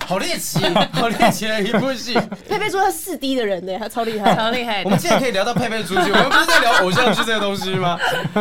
Speaker 2: 好猎奇，好猎奇的一部戏。
Speaker 1: 佩佩猪它是四 D 的人呢，欸他超厉害。
Speaker 4: 超厉害
Speaker 2: 我们
Speaker 4: 的，
Speaker 2: 今天可以聊到佩佩出去， 我们不是在聊偶像剧这个东西吗？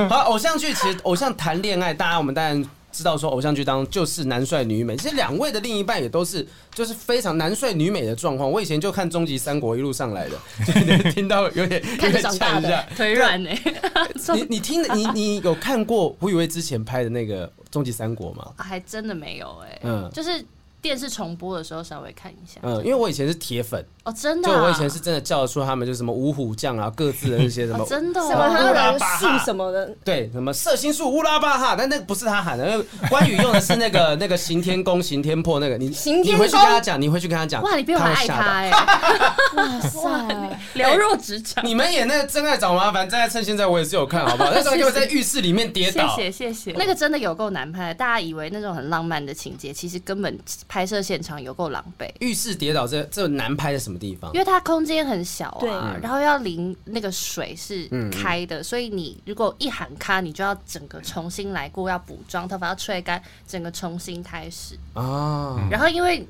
Speaker 2: 好，偶像剧其实偶像谈恋爱，大家我们当然。知道说偶像剧当中就是男帅女美，其实两位的另一半也都是就是非常男帅女美的状况。我以前就看《终极三国》一路上来的， 就有点听到有点有
Speaker 1: 看着
Speaker 2: 点
Speaker 1: 长大
Speaker 2: 呛一
Speaker 1: 的
Speaker 2: 下。
Speaker 4: 腿软欸呢、
Speaker 2: 你你听你你有看过胡宇威之前拍的那个《终极三国》吗？
Speaker 4: 啊还真的没有哎、
Speaker 2: 嗯
Speaker 4: 就是电视重播的时候稍微看一下。
Speaker 2: 嗯，因为我以前是铁粉，
Speaker 4: 哦，真的、
Speaker 2: 就
Speaker 4: 啊，
Speaker 2: 我以前是真的叫得出他们就是什么五虎将啊，各自的那些什么
Speaker 4: 哦，真的、
Speaker 1: 什么
Speaker 4: 哦，
Speaker 1: 他的树什么的，
Speaker 2: 对，什么色心术乌拉巴哈，但那个不是他喊的，那个关羽用的是那个那个刑天宫、刑天破那个，你
Speaker 1: 刑天
Speaker 2: 你
Speaker 1: 宫
Speaker 2: 回去跟他讲，你回去跟他讲，
Speaker 4: 哇，你比我
Speaker 2: 会
Speaker 4: 还爱
Speaker 2: 吓
Speaker 4: 他
Speaker 2: 到。
Speaker 4: 哎、
Speaker 1: 哇塞！
Speaker 4: 了若指掌。
Speaker 2: 你们演那个《真爱找麻烦》，真爱趁现在我也是有看，好不好？那时候给我在浴室里面跌
Speaker 4: 谢
Speaker 2: 倒，
Speaker 4: 谢谢谢，那个真的有够难拍的，大家以为那种很浪漫的情节，其实根本拍摄现场有够狼狈，
Speaker 2: 浴室跌倒这这难拍在什么地方
Speaker 4: 因？为它空间很小
Speaker 1: 对
Speaker 4: 啊
Speaker 1: 嗯，
Speaker 4: 然后要淋那个水是开的，所以你如果一喊咔，你就要整个重新来过，要补妆，头发要吹干，整个重新开始。
Speaker 2: 啊，
Speaker 4: 然后因为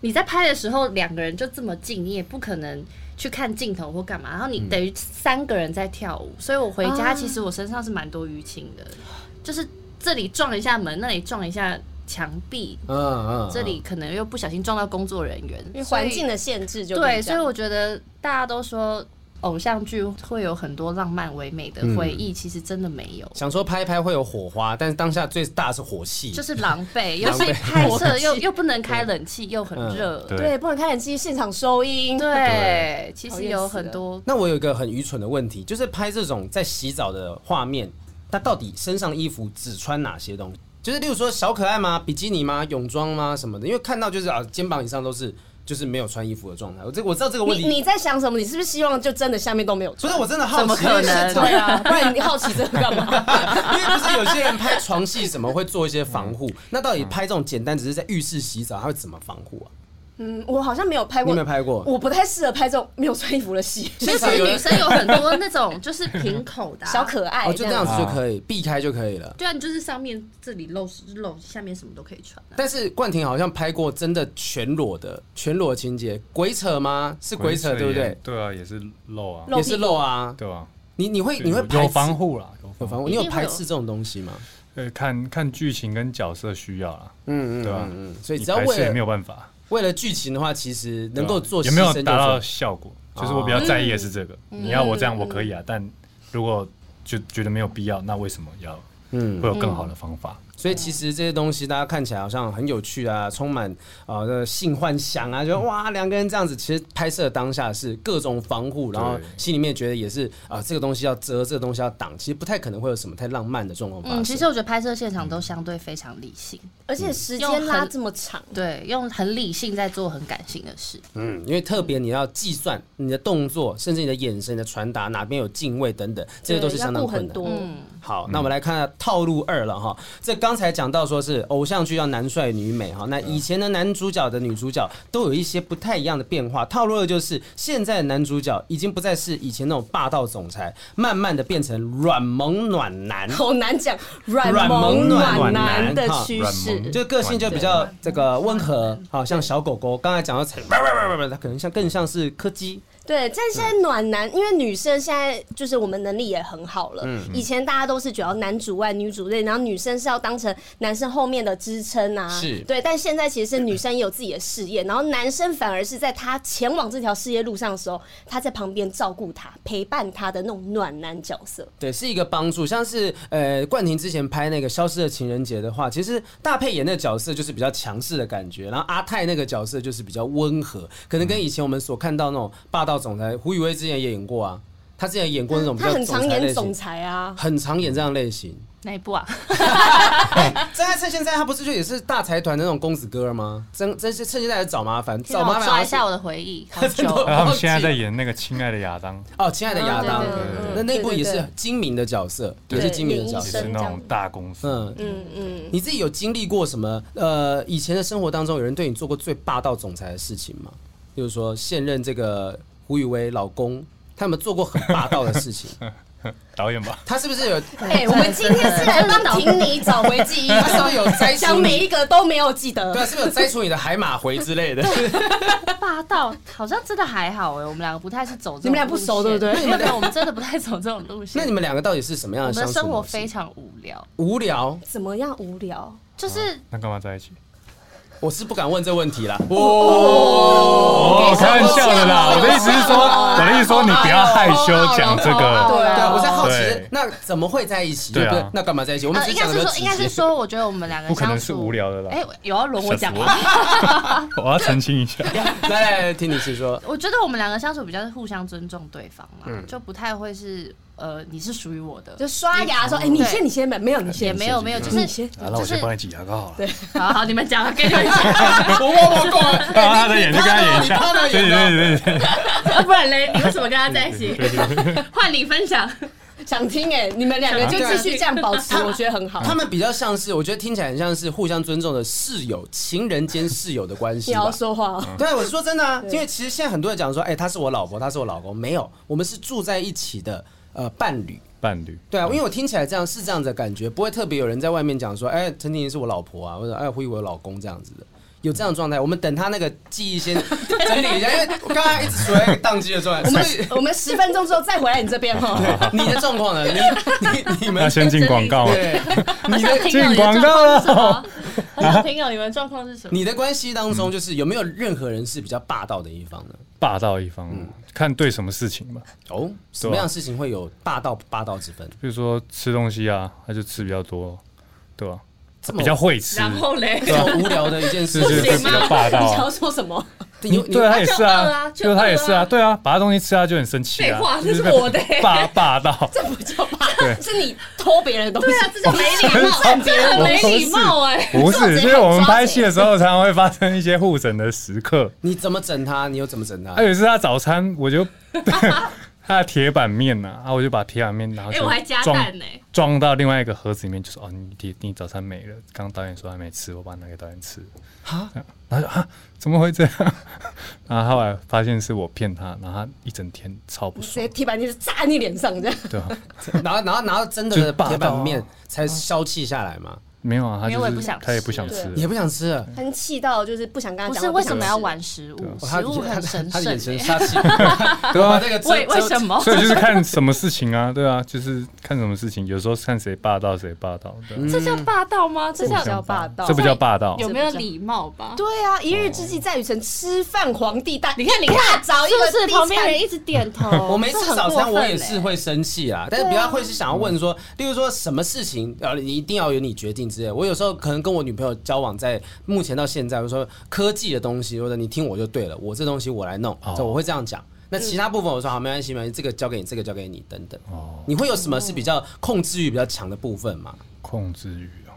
Speaker 4: 你在拍的时候，两个人就这么近，你也不可能去看镜头或干嘛，然后你
Speaker 2: 嗯
Speaker 4: 等于三个人在跳舞，所以我回家
Speaker 1: 啊
Speaker 4: 其实我身上是蛮多淤青的，就是这里撞一下门，那里撞一下墙壁，
Speaker 2: 嗯嗯，嗯
Speaker 4: 这里可能又不小心撞到工作人员，
Speaker 1: 因为环境
Speaker 4: 的
Speaker 1: 的限制就
Speaker 4: 对，
Speaker 1: 变这
Speaker 4: 所以
Speaker 1: 样
Speaker 4: 我觉得大家都说。偶像剧会有很多浪漫唯美的
Speaker 2: 嗯
Speaker 4: 回忆，其实真的没有，
Speaker 2: 想说拍一拍会有火花，但是当下最大是火气，
Speaker 4: 就是狼 狈，尤
Speaker 2: 狼狈
Speaker 4: 其拍摄又又不能开冷气，又很
Speaker 2: 嗯
Speaker 4: 热，
Speaker 1: 对，不能开冷气，现场收音。
Speaker 4: 对，其
Speaker 1: 讨
Speaker 4: 实
Speaker 1: 厌
Speaker 4: 有
Speaker 1: 死
Speaker 4: 很
Speaker 1: 了
Speaker 4: 多
Speaker 2: 那我有一个很愚蠢的问题，就是拍这种在洗澡的画面，他到底身上衣服只穿哪些东西？就是例如说小可爱吗？比基尼吗？泳装吗？什么的？因为看到就是啊，肩膀以上都是就是没有穿衣服的状态。我这我知道这个问
Speaker 1: 你
Speaker 2: 题，
Speaker 1: 你在想什么？你是不是希望就真的下面都没有
Speaker 2: 不
Speaker 1: 穿？
Speaker 2: 是我真的好奇，
Speaker 4: 怎么可能
Speaker 2: 因为
Speaker 1: 对啊，不然你好奇这个干嘛？
Speaker 2: 因为不是有些人拍床戏什么会做一些防 护，那到底拍这种简单只是在浴室洗澡，他会怎么防护啊？
Speaker 1: 嗯，我好像没有拍
Speaker 2: 你
Speaker 1: 过
Speaker 2: 有没有，拍过？
Speaker 1: 我不太适合拍这种没有穿衣服的 戏，
Speaker 4: 其实女生有很多那 种就是平口的啊、
Speaker 1: 小可爱
Speaker 2: 哦，
Speaker 1: 这
Speaker 2: 就这样
Speaker 1: 样
Speaker 2: 子就可以避开就可以了。
Speaker 4: 对啊，你就是上面这里露露，下面什么都可以穿、啊。
Speaker 2: 但是冠廷好像拍过真的全裸的全裸情节，鬼扯吗？是鬼扯对不
Speaker 3: 也
Speaker 2: 对？
Speaker 3: 对啊，也是露啊，
Speaker 1: 露
Speaker 2: 也是露啊。
Speaker 3: 对啊，
Speaker 2: 你你会你会排
Speaker 3: 有
Speaker 2: 斥
Speaker 3: 防护啦，有
Speaker 2: 有
Speaker 3: 防
Speaker 2: 防
Speaker 3: 护，
Speaker 2: 护，
Speaker 4: 一
Speaker 2: 你
Speaker 4: 定
Speaker 2: 有
Speaker 4: 会有
Speaker 2: 排斥这种东西吗？
Speaker 3: 呃，看看剧情跟角色需要啦，
Speaker 2: 嗯
Speaker 3: 对啊
Speaker 2: 嗯嗯，所以
Speaker 3: 你
Speaker 2: 只要
Speaker 3: 排
Speaker 2: 为
Speaker 3: 斥也没
Speaker 2: 了
Speaker 3: 有办法，
Speaker 2: 为了剧情的话，其实能够
Speaker 3: 对啊
Speaker 2: 做
Speaker 3: 有没有
Speaker 2: 牺牲就
Speaker 3: 达到
Speaker 2: 做
Speaker 3: 效果？就是我比较在意的是这个，你要我这样我可以啊，但如果就觉得没有必要，那为什么要
Speaker 2: 嗯
Speaker 3: 会有更好的方法？
Speaker 2: 所以其实这些东西大家看起来好像很有趣啊，充满啊、呃、那个性幻想啊，就哇两个人这样子，其实拍摄当下是各种防护，然后
Speaker 3: 对
Speaker 2: 心里面觉得也是啊、这个东西要遮，这个东西要挡，其实不太可能会有什么太浪漫的状况发生。
Speaker 4: 嗯，其实我觉得拍摄现场都相对非常理性，
Speaker 1: 而且时间拉这么长，
Speaker 4: 对，用很理性在做很感性的事。
Speaker 2: 嗯，因为特别你要计算你的动作，甚至你的眼神、你的传达哪边有敬畏等等，这些都是
Speaker 1: 对
Speaker 2: 相
Speaker 1: 要
Speaker 2: 当
Speaker 1: 顾
Speaker 2: 困
Speaker 1: 很
Speaker 2: 难。
Speaker 1: 多。
Speaker 4: 嗯
Speaker 2: 好，那我们来看套路二了哈。这刚才讲到说是偶像剧要男帅女美哈，那以前的男主角的女主角都有一些不太一样的变化。套路二就是现在的男主角已经不再是以前那种霸道总裁，慢慢的变成软萌暖 男。
Speaker 1: 好难讲，软
Speaker 2: 软萌
Speaker 1: 萌
Speaker 2: 暖
Speaker 1: 暖
Speaker 2: 男
Speaker 1: 男的
Speaker 2: 哈
Speaker 1: 趋
Speaker 3: 软
Speaker 1: 势
Speaker 3: 萌，
Speaker 2: 就个性就比较这个温和，好像小狗狗。刚才讲到，不不不不不，它可能像更像是柯基，
Speaker 1: 对，但现在
Speaker 2: 嗯
Speaker 1: 暖男，因为女生现在就是我们能力也很好了。
Speaker 2: 嗯
Speaker 1: 以前大家都是主要男主外女主内，然后女生是要当成男生后面的支撑啊。
Speaker 2: 是
Speaker 1: 对，但现在其实是女生也有自己的事业，然后男生反而是在他前往这条事业路上的时候，他在旁边照顾他、陪伴他的那种暖男角色。
Speaker 2: 对，是一个帮助。像是呃，冠廷之前拍那个《消失的情人节》的话，其实大佩演那个角色就是比较强势的感觉，然后阿泰那个角色就是比较温和，可能跟以前我们所看到那种霸道总裁，胡宇威之前也演过啊，他之前演过那种
Speaker 1: 嗯
Speaker 2: 比
Speaker 1: 他
Speaker 2: 较
Speaker 1: 很常演总
Speaker 2: 总裁类型，
Speaker 1: 裁 啊，
Speaker 2: 很常演这样类型。
Speaker 4: 哪一 部啊？
Speaker 2: 真爱趁现在，他不是就也是大财团的那种公子哥吗？真真是趁现在来找麻烦，找
Speaker 4: 让
Speaker 2: 麻
Speaker 4: 我抓
Speaker 2: 烦
Speaker 4: 一下我的回忆，好
Speaker 2: 真的
Speaker 4: 久。
Speaker 3: 然后他们现在在演那个《亲爱的亚当》，
Speaker 2: 哦，亲爱的亚当
Speaker 1: 嗯对
Speaker 3: 对
Speaker 2: 那
Speaker 3: 对，
Speaker 2: 那部也
Speaker 1: 对
Speaker 2: 是
Speaker 1: 对
Speaker 2: 精明的角色，也
Speaker 1: 对
Speaker 2: 是精明的角
Speaker 1: 演医
Speaker 2: 色
Speaker 1: 生。
Speaker 3: 也是那种大公司，
Speaker 2: 嗯，
Speaker 1: 嗯嗯，
Speaker 2: 你自己有经历过什么？呃，以前的生活当中，有人对你做过最霸道总裁的事情吗？例如说，现任这个胡宇威老公，他们做过很霸道的事 情，
Speaker 3: 导演吧，
Speaker 2: 他是不是有？
Speaker 1: 哎、我们今天是来帮婷妮找回记忆
Speaker 2: 他是不是有摘
Speaker 1: 的，
Speaker 2: 除
Speaker 1: 想每
Speaker 2: 你？
Speaker 1: 一个都没有记得
Speaker 2: 对。啊，是不是有摘除你的海马回之类的？
Speaker 4: 霸道好像真的还好哎、我们两个不太是走这种
Speaker 1: 你们俩不熟对不 对
Speaker 4: 因为 我们真的不太走这种路线。
Speaker 2: 那你们两个到底是什么样
Speaker 4: 我
Speaker 2: 的
Speaker 4: 们的
Speaker 2: 相处
Speaker 4: 生活
Speaker 2: 模式
Speaker 4: 非常无聊，
Speaker 2: 无聊，
Speaker 1: 怎么样无聊？
Speaker 4: 就是
Speaker 3: 那干嘛在一起？
Speaker 2: 我是不敢问这问题 啦。哦，
Speaker 3: 哦，开玩笑的啦，我的意思是说，我的意思说你不要害羞讲这
Speaker 1: 对
Speaker 3: 个，
Speaker 2: 对啊，我在好奇
Speaker 3: 对，
Speaker 2: 那怎么会在一起？
Speaker 3: 对啊
Speaker 2: 对不对那干嘛在一起？我们
Speaker 4: 呃，
Speaker 2: 只
Speaker 4: 应
Speaker 2: 讲
Speaker 4: 该
Speaker 2: 的
Speaker 4: 是
Speaker 2: 比较
Speaker 4: 说，
Speaker 2: 直
Speaker 4: 应
Speaker 2: 接
Speaker 4: 该是说，我觉得我们两个
Speaker 3: 不可能
Speaker 4: 相
Speaker 3: 是
Speaker 4: 处
Speaker 3: 无聊的啦
Speaker 4: 哎、有要轮我讲吗？
Speaker 3: 吓死我我要澄清一下，
Speaker 2: 来来来，听你是说，
Speaker 4: 我觉得我们两个相处比较是互相尊重对方嘛，
Speaker 2: 嗯
Speaker 4: 就不太会是呃，你是属于我的，哦
Speaker 1: 就刷牙说，哎、你先，你先吧，没有你
Speaker 4: 也
Speaker 1: 先，
Speaker 4: 没有没有，就
Speaker 1: 你
Speaker 4: 是
Speaker 1: 先。
Speaker 3: 好那我
Speaker 4: 就是
Speaker 3: 先帮你挤牙膏好了。
Speaker 4: 好好，你们讲， 给你们讲，
Speaker 2: 我我我够了，
Speaker 3: 然后他的眼就跟他演一下
Speaker 4: 哦
Speaker 2: 你看到，
Speaker 3: 对
Speaker 2: 你看到
Speaker 3: 对对对对
Speaker 4: 不然嘞，你为什么跟他在一起？换你分享，
Speaker 1: 想听哎、你们两个就继续这样保
Speaker 4: 啊
Speaker 1: 持，我觉得很好。
Speaker 2: 他们比较像是，我觉得听起来很像是互相尊重的室友、情人间室友的关
Speaker 1: 你
Speaker 2: 系
Speaker 1: 要
Speaker 2: 吧。
Speaker 1: 说话、哦，
Speaker 2: 对，我是说真的啊，因为其实现在很多人讲说，哎、他是我老婆，他是我老公，没有，我们是住在一起的呃伴侣。
Speaker 3: 伴侣，
Speaker 2: 对啊，因为我听起来这样是这样子的感觉，不会特别有人在外面讲说，哎、陈婷婷是我老婆啊，或者哎，胡宇我老公这样子的。有这样的状态，我们等他那个记忆 先整理一下，因为我刚刚一直处在一个宕机的状态。是不是
Speaker 1: 我们十分钟之后再回来你这边哈、
Speaker 2: 你的状况呢？你你你
Speaker 3: 要
Speaker 2: 们
Speaker 3: 先进广告吗？
Speaker 2: 对你的
Speaker 4: 听到
Speaker 3: 进
Speaker 4: 你的状
Speaker 3: 广告
Speaker 4: 况
Speaker 3: 了
Speaker 4: 是什么？很想听到你们的状况是 什么？
Speaker 2: 你的关系当
Speaker 3: 嗯
Speaker 2: 中，就是有没有任何人是比较霸道的一方呢？
Speaker 3: 霸道一方，看对什么事情吧。
Speaker 2: 哦，什么样的事情会有霸道不霸道之分？
Speaker 3: 比如说吃东西啊，他就吃比较多，对吧？
Speaker 2: 这么
Speaker 3: 比较会吃，
Speaker 4: 然后嘞，
Speaker 2: 这么无聊的一件事
Speaker 3: 是啊是
Speaker 2: 情，
Speaker 3: 是比较霸
Speaker 1: 你想
Speaker 3: 道
Speaker 1: 要。说什么？
Speaker 2: 你你
Speaker 3: 对啊，他也是
Speaker 4: 就饿
Speaker 3: 啊
Speaker 4: 啊，就
Speaker 3: 就
Speaker 4: 饿啊
Speaker 3: 他也是啊，对啊，把他东西吃啊就很生气啊
Speaker 4: 废话，
Speaker 3: 就
Speaker 4: 这是我的
Speaker 3: 被霸霸 道，
Speaker 1: 这不叫霸
Speaker 3: 对，
Speaker 1: 是你偷别人的东西。
Speaker 4: 对啊，这叫没礼貌，这真的很没礼貌哎。
Speaker 3: 不
Speaker 1: 做
Speaker 3: 是，
Speaker 1: 贼
Speaker 3: 就是我们
Speaker 1: 抓
Speaker 3: 拍
Speaker 1: 贼
Speaker 3: 戏的时候常常会发生一些互整的时刻。
Speaker 2: 你怎么整他？你又怎么整他
Speaker 3: 啊，？有一次他早餐我就 他的铁板面呐，啊，我就把铁板面拿
Speaker 4: 哎、
Speaker 3: 去
Speaker 4: 我还加
Speaker 3: 装
Speaker 4: 蛋呢、
Speaker 3: 装到另外一个盒子里面，就说哦，你你你早餐没了，刚导演说还没吃，我把它拿给导演吃。
Speaker 2: 哈，
Speaker 3: 然后就啊，怎么会这样？ 然后后来发现是我骗他，然后他一整天超不
Speaker 1: 直
Speaker 3: 爽
Speaker 1: 接，踢板就是砸你脸上这样。
Speaker 3: 对吧、
Speaker 2: 然后然后拿到真的
Speaker 3: 就是霸道啊
Speaker 2: 铁板面才消气下来嘛，
Speaker 3: 没有啊，他
Speaker 4: 因为我也
Speaker 3: 就
Speaker 4: 不
Speaker 3: 是
Speaker 4: 想
Speaker 3: 他也
Speaker 4: 吃
Speaker 3: 不想
Speaker 1: 对
Speaker 3: 吃了，
Speaker 2: 也不想吃了。
Speaker 1: 很气到就是不想跟他
Speaker 4: 不
Speaker 1: 讲。
Speaker 4: 是为什么要？玩食
Speaker 3: 啊
Speaker 4: 物？
Speaker 2: 哦他
Speaker 4: 食物很神
Speaker 2: 他的眼神
Speaker 4: 圣、欸。
Speaker 2: 杀 气，
Speaker 3: 对
Speaker 2: 把
Speaker 3: 啊，
Speaker 2: 这个遮
Speaker 4: 为为什？么？
Speaker 3: 所以就是看什么事情啊， 对啊，就是看什么事情，有时候看谁霸道谁霸道，对啊、
Speaker 4: 这叫霸道吗？这
Speaker 1: 这
Speaker 4: 叫
Speaker 1: 叫霸道
Speaker 3: 这不叫霸道，
Speaker 4: 有没有礼貌吧？
Speaker 1: 对啊，一日之计在于晨，吃饭皇帝大。
Speaker 4: 你看你看
Speaker 1: 大早一
Speaker 4: 是
Speaker 1: 个
Speaker 4: 不是
Speaker 1: 低
Speaker 4: 旁边
Speaker 1: 餐
Speaker 4: 人一直点头？
Speaker 2: 我没吃
Speaker 4: 哦这很
Speaker 2: 早餐，
Speaker 4: 过分欸
Speaker 2: 我也
Speaker 4: 嘞
Speaker 2: 是。会生气啊，但是比较会是想要问说，例如说什么事情，呃，你一定要由你决定之类的。我有时候可能跟我女朋友交往，在目前到现在，我说科技的东西，或者你听我就对了，我这东西我来弄，
Speaker 3: 哦
Speaker 2: 就我会这样讲。
Speaker 4: 嗯
Speaker 2: 那其他部分我说好，没关系，没关系，这个交给你，这个交给你，等等。
Speaker 3: 哦
Speaker 2: 你会有什么是比较控制欲比较强的部分吗？
Speaker 3: 控制欲哦、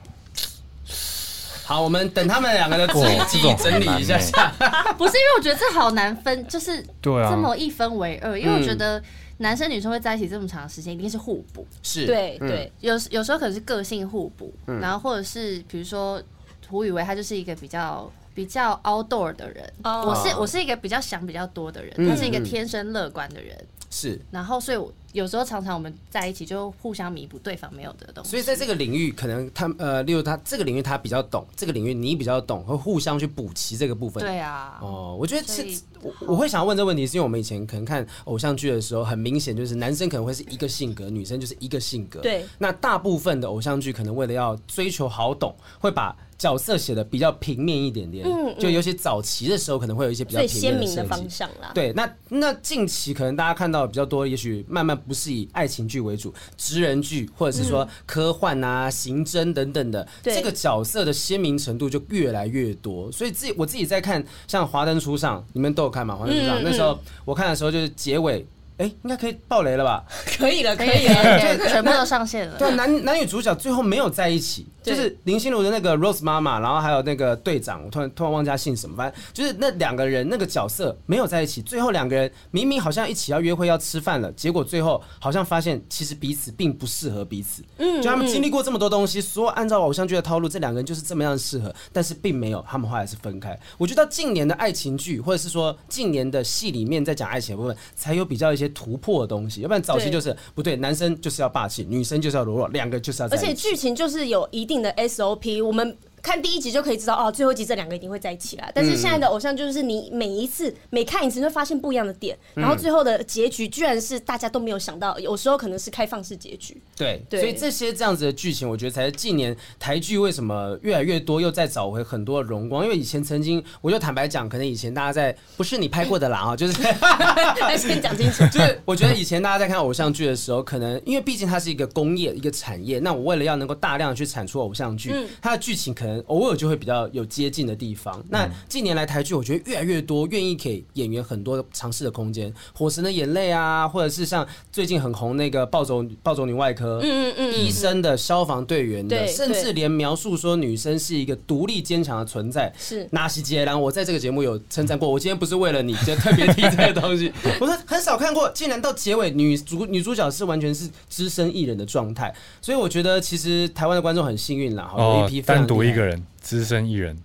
Speaker 2: 好，我们等他们两个的自己
Speaker 3: 哇
Speaker 2: 记
Speaker 3: 哦这
Speaker 2: 忆
Speaker 3: 种欸
Speaker 2: 整理一下下。
Speaker 4: 不是因为我觉得这好难分，就是
Speaker 3: 对啊
Speaker 4: 这么一分为二，因为我觉得男生女生会在一起这么长时间，一定是互补。
Speaker 2: 是，
Speaker 1: 对对，
Speaker 4: 有有时候可能是个性互补，然后或者是比如说胡宇威，他就是一个比较比较 outdoor 的人，
Speaker 1: 哦
Speaker 4: 我是我是一个比较想比较多的人，他是一个天生乐观的人，
Speaker 2: 是
Speaker 4: 然后所以我有时候常常我们在一起就互相弥补对方没有的东西。
Speaker 2: 所以在这个领域，可能他呃，例如他这个领域他比较懂，这个领域你比较懂，会互相去补齐这个部分。
Speaker 4: 对啊，
Speaker 2: 哦，我觉得
Speaker 4: 所
Speaker 2: 是
Speaker 4: 以
Speaker 2: 我我会想要问这个问题，是因为我们以前可能看偶像剧的时候，很明显就是男生可能会是一个性格，女生就是一个性格。
Speaker 1: 对
Speaker 2: 那大部分的偶像剧可能为了要追求好懂，会把角色写的比较平面一点点。
Speaker 1: 嗯嗯
Speaker 2: 就尤其早期的时候，可能会有一些比较
Speaker 1: 最
Speaker 2: 平
Speaker 1: 鲜
Speaker 2: 面的
Speaker 1: 明的
Speaker 2: 设计
Speaker 1: 方。向啦。
Speaker 2: 对，那那近期可能大家看到的比较多，也许慢慢不是以爱情剧为主，职人剧或者是说科幻啊、刑侦等等的，
Speaker 1: 嗯对
Speaker 2: 这个角色的鲜明程度就越来越多。所以自己我自己在看，像《华灯初上》，你们都有看吗？《华灯初上》
Speaker 1: 嗯嗯
Speaker 2: 那时候我看的时候就是结尾，哎、应该可以爆雷了吧？
Speaker 1: 可以了，可
Speaker 4: 可
Speaker 1: 以
Speaker 4: 以
Speaker 1: 了。
Speaker 4: 了，对全部都上线了。
Speaker 2: 对啊，男男女主角最后没有在一起，就
Speaker 1: 对
Speaker 2: 是林心如的那个 Rose 妈妈，然后还有那个队长，我突然突然忘记他姓什么，反正就是那两个人那个角色没有在一起，最后两个人明明好像一起要约会要吃饭了，结果最后好像发现其实彼此并不适合彼此，嗯，就他们经历过这么多东西，所有按照偶像剧的套路，这两个人就是这么样适合，但是并没有，他们后来是分开。我觉得到近年的爱情剧，或者是说近年的戏里面在讲爱情的部分，才有比较一些突破的东西，要不然早期
Speaker 1: 对
Speaker 2: 就是不对，男生就是要霸气，女生就是要柔弱，两个就是要在
Speaker 1: 而
Speaker 2: 一起。
Speaker 1: 且剧情就是有一定的 SOP，我们。看第一集就可以知道哦，最后一集这两个一定会在一起啦。但
Speaker 2: 嗯
Speaker 1: 是现在的偶像就是你每一次每看一次，你会发现不一样的点，
Speaker 2: 嗯
Speaker 1: 然后最后的结局居然是大家都没有想到，有时候可能是开放式结 局。
Speaker 2: 对，
Speaker 1: 对
Speaker 2: 所以这些这样子的剧情，我觉得才是近年台剧为什么越来越多，又在找回很多的荣光。因为以前曾经，我就坦白讲，可能以前大家在不是你拍过的啦啊，就是
Speaker 1: 先讲清楚，
Speaker 2: 就是 我觉得以前大家在看偶像剧的时候，可能因为毕竟它是一个工业一个产业，那我为了要能够大量地去产出偶像剧，它的剧情可能偶尔就会比较有接近的地方。那近年来台剧，我觉得越来越多愿意给演员很多尝试的空间，《火神的眼泪》啊，或者是像最近很红那个《暴走暴走女外科》，嗯嗯嗯，医生的、消防队员的，
Speaker 1: 对
Speaker 2: 甚至
Speaker 1: 对
Speaker 2: 连描述说女生是一个独立坚强的存在，
Speaker 1: 是
Speaker 2: 纳西杰然我在这个节目有称赞过，我今天不是为了你就特别提这个东西，我说很少看过，竟然到结尾女主女主角是完全是只身一人的状态，所以我觉得其实台湾的观众很幸运啦，好有一批非常
Speaker 3: 哦单独
Speaker 2: 厉
Speaker 3: 一
Speaker 2: 害
Speaker 3: 个。人，资深艺人，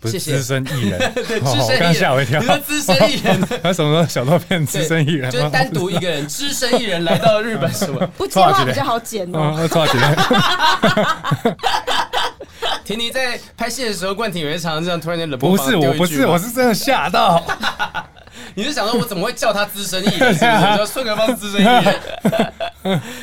Speaker 3: 不是
Speaker 2: 谢谢
Speaker 3: 资深艺人， 对
Speaker 2: 资深艺人
Speaker 3: 哦我刚吓我一跳，
Speaker 2: 你说资深艺 人
Speaker 3: 他什么时候想到变
Speaker 2: 对
Speaker 3: 资深艺人？
Speaker 2: 就是单独一个人，只身一人来到日本什么？
Speaker 1: 不接话比较好剪哦、
Speaker 3: 啊，我抓起来，
Speaker 2: 婷婷在拍戏的时候，冠廷有一场这样突然间冷不
Speaker 3: 不是，我不是，我
Speaker 2: 是，
Speaker 3: 是真的吓到，
Speaker 2: 你是想说我怎么会叫他资深艺人？是不是？叫顺格芳资深艺人。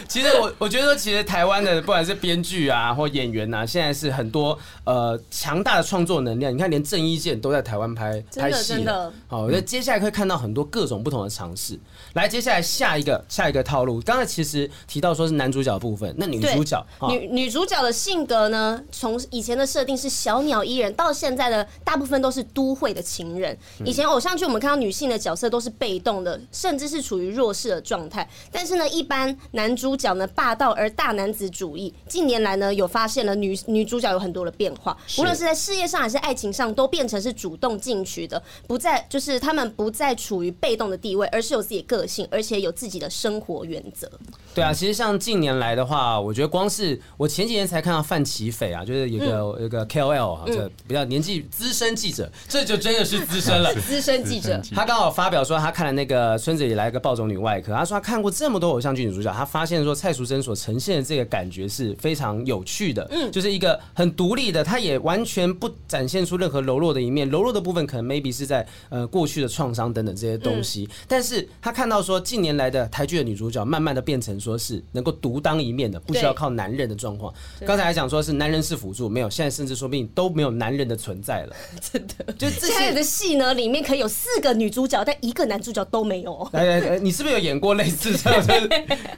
Speaker 2: 其实我我觉得说，其实台湾的不管是编剧啊或演员啊，现在是很多呃强大的创作能量。你看，连郑伊健都在台湾拍
Speaker 1: 真
Speaker 2: 拍
Speaker 1: 的
Speaker 2: 戏
Speaker 1: 真
Speaker 2: 了
Speaker 1: 的。
Speaker 2: 好，那接下来会看到很多各种不同的尝试。来，接下来下一个下一个套路，刚才其实提到说是男主角的部分，那女
Speaker 1: 对
Speaker 2: 主角啊，
Speaker 1: 女女主角的性格呢，从以前的设定是小鸟依人，到现在的大部分都是都会的情人。
Speaker 2: 嗯
Speaker 1: 以前偶像剧我们看到女性的角色都是被动的，甚至是处于弱势的状态。但是呢，一般男主角呢霸道而大男子主义，近年来呢有发现了女女主角有很多的变化，无论是在事业上还是爱情上，都变成是主动进取的，不再就是他们不再处于被动的地位，而是有自己的个性，而且有自己的生活原则。
Speaker 2: 对啊，其实像近年来的话，我觉得光是我前几年才看到范奇斐啊，就是有个、有个 KOL 啊，这比较年纪资深记者，这就真的是资深了。
Speaker 1: 资深记者。
Speaker 2: 他刚好发表说，他看了那个村子里来个暴走女外科，他说他看过这么多偶像剧女主角，他发现说蔡淑珍所呈现的这个感觉是非常有趣的，嗯，就是一个很独立的，她也完全不展现出任何柔弱的一面，柔弱的部分可能 maybe 是在呃过去的创伤等等这些东西，但是他看到说近年来的台剧的女主角慢慢的变成说是能够独当一面的，不需要
Speaker 1: 对
Speaker 2: 靠男人的状况。刚才还讲说是男人是辅助，没有，现在甚至说不定都没有男人的存在了， 真的，就这
Speaker 1: 现在
Speaker 2: 些
Speaker 1: 的戏呢，里面可以有四个女主角，但一个男主角都没有哦。
Speaker 2: 来来来，你是不是有演过类似这样的？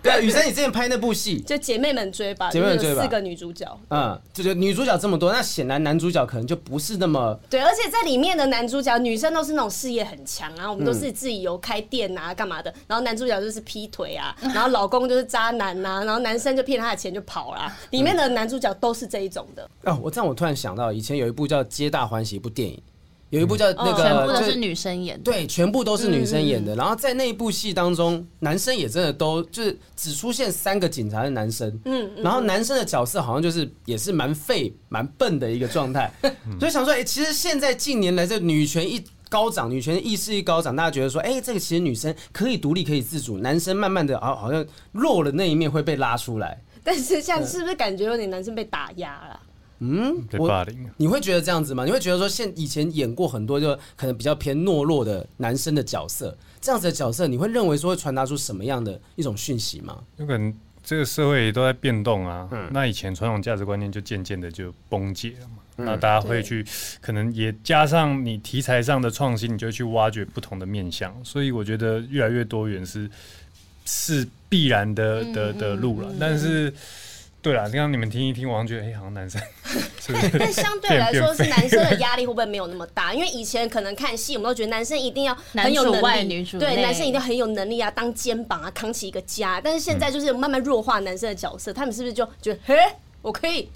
Speaker 2: 对啊，雨珊，你之前拍那部戏，
Speaker 1: 就姐妹们追吧，
Speaker 2: 姐妹们
Speaker 1: 就是有
Speaker 2: 追吧
Speaker 1: 四个女主角。
Speaker 2: 嗯，就是女主角这么多，那显然男主角可能就不是那么
Speaker 1: 对，而且在里面的男主角女生都是那种事业很强啊，我们都是自己有开店啊，干嘛的。然后男主角就是劈腿 啊，然后老公就是渣男呐、然后男生就骗他的钱就跑啦。里面的男主角都是这一种的，
Speaker 2: 哦。我这样，我突然想到，以前有一部叫《皆大欢喜》一部电影，有一部叫那个，
Speaker 4: 哦全部都
Speaker 2: 就是
Speaker 4: 女生演的，
Speaker 2: 对，全部都是女生演的。然后在那一部戏当中，男生也真的都就是只出现三个警察的男生，嗯，然后男生的角色好像就是也是 蛮废、蛮笨的一个状态。所以想说，哎、其实现在近年来这女权一高涨，女权意识一高涨，大家觉得说，哎、这个其实女生可以独立，可以自主，男生慢慢的好好像弱的那一面会被拉出来。
Speaker 1: 但是
Speaker 2: 嗯
Speaker 1: 像是不是感觉有点男生被打压啊了？
Speaker 3: 被霸凌。
Speaker 2: 你会觉得这样子吗？你会觉得说，现以前演过很多就可能比较偏懦弱的男生的角色，这样子的角色，你会认为说会传达出什么样的一种讯息吗？
Speaker 3: 有可能这个社会都在变动啊，那以前传统价值观念就渐渐的就崩解了嘛。那大家会去，可能也加上你题材上的创新，你就会去挖掘不同的面向。所以我觉得越来越多元是是必然的
Speaker 2: 嗯
Speaker 3: 的的路了。但是，对啦，刚刚你们听一听，我好像觉得哎、好像男生 是不 是？
Speaker 1: 但相对来说，是男生的压力会不会没有那么大？因为以前可能看戏，我们都觉得男生一定要很有能
Speaker 4: 男主外
Speaker 1: 力，
Speaker 4: 女主
Speaker 1: 对，
Speaker 4: 内
Speaker 1: 男生一定要很有能力啊，当肩膀啊，扛起一个家。但是现在就是慢慢弱化男生的角色，他们是不是就觉得， 嘿，我可以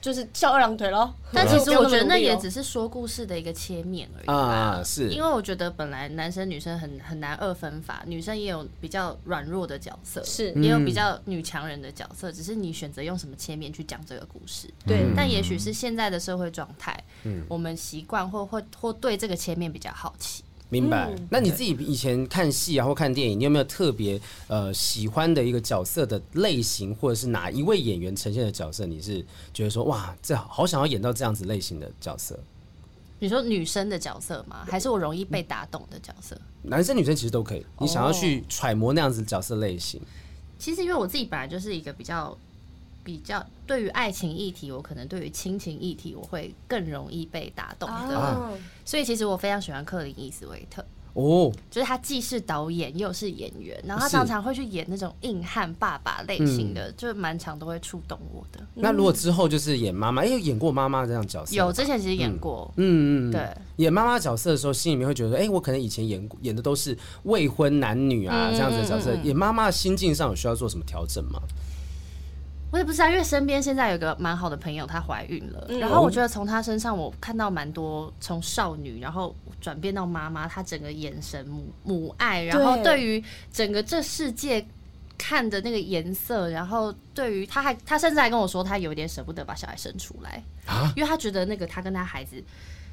Speaker 1: 就是翘二郎腿咯？
Speaker 4: 但其实我觉得
Speaker 1: 不用么
Speaker 4: 那
Speaker 1: 努力哦
Speaker 4: 也
Speaker 1: 咯
Speaker 4: 只是说故事的一个切面而已
Speaker 2: 啊
Speaker 4: 吧。
Speaker 2: 是
Speaker 4: 因为我觉得本来男生女生很很难二分法，女生也有比较软弱的角色，
Speaker 1: 是
Speaker 4: 也有比较女强人的角色，只是你选择用什么切面去讲这个故事。
Speaker 1: 对，
Speaker 4: 但也许是现在的社会状态，我们习惯或或或对这个切面比较好奇。
Speaker 2: 明白。
Speaker 4: 嗯
Speaker 2: 那你自己以前看戏啊，或看电影，你有没有特别呃喜欢的一个角色的类型，或者是哪一位演员呈现的角色，你是觉得说哇，这好想要演到这样子类型的角色？
Speaker 4: 你说女生的角色吗？还是我容易被打动的角色？
Speaker 2: 男生女生其实都可以，你想要去揣摩那样子的角色类型，
Speaker 4: 其实因为我自己本来就是一个比较比较对于爱情议题，我可能对于亲情议题我会更容易被打动的，
Speaker 1: 啊，
Speaker 4: 所以其实我非常喜欢克林伊斯维特。
Speaker 2: 哦，
Speaker 4: 就是他既是导演又是演员，然后他
Speaker 2: 是嗯
Speaker 4: 常常会去演那种硬汉爸爸类型的，就是蛮常都会触动我的。
Speaker 2: 那如果之后就是演妈妈，因为演过妈妈这样角色，
Speaker 4: 有之前其实演过，
Speaker 2: 啊嗯，嗯嗯，
Speaker 4: 对，
Speaker 2: 演妈妈角色的时候，心里面会觉得，哎、我可能以前演演的都是未婚男女啊、这样子的角色，演妈妈的心境上有需要做什么调整吗？
Speaker 4: 我也不知道，因为身边现在有个蛮好的朋友，她怀孕了，然后我觉得从她身上我看到蛮多从少女，然后转变到妈妈，她整个眼神母母爱，然后对于整个这世界。看的那个颜色，然后对于她还，她甚至还跟我说，她有点舍不得把小孩生出来，因为她觉得那个她跟她孩子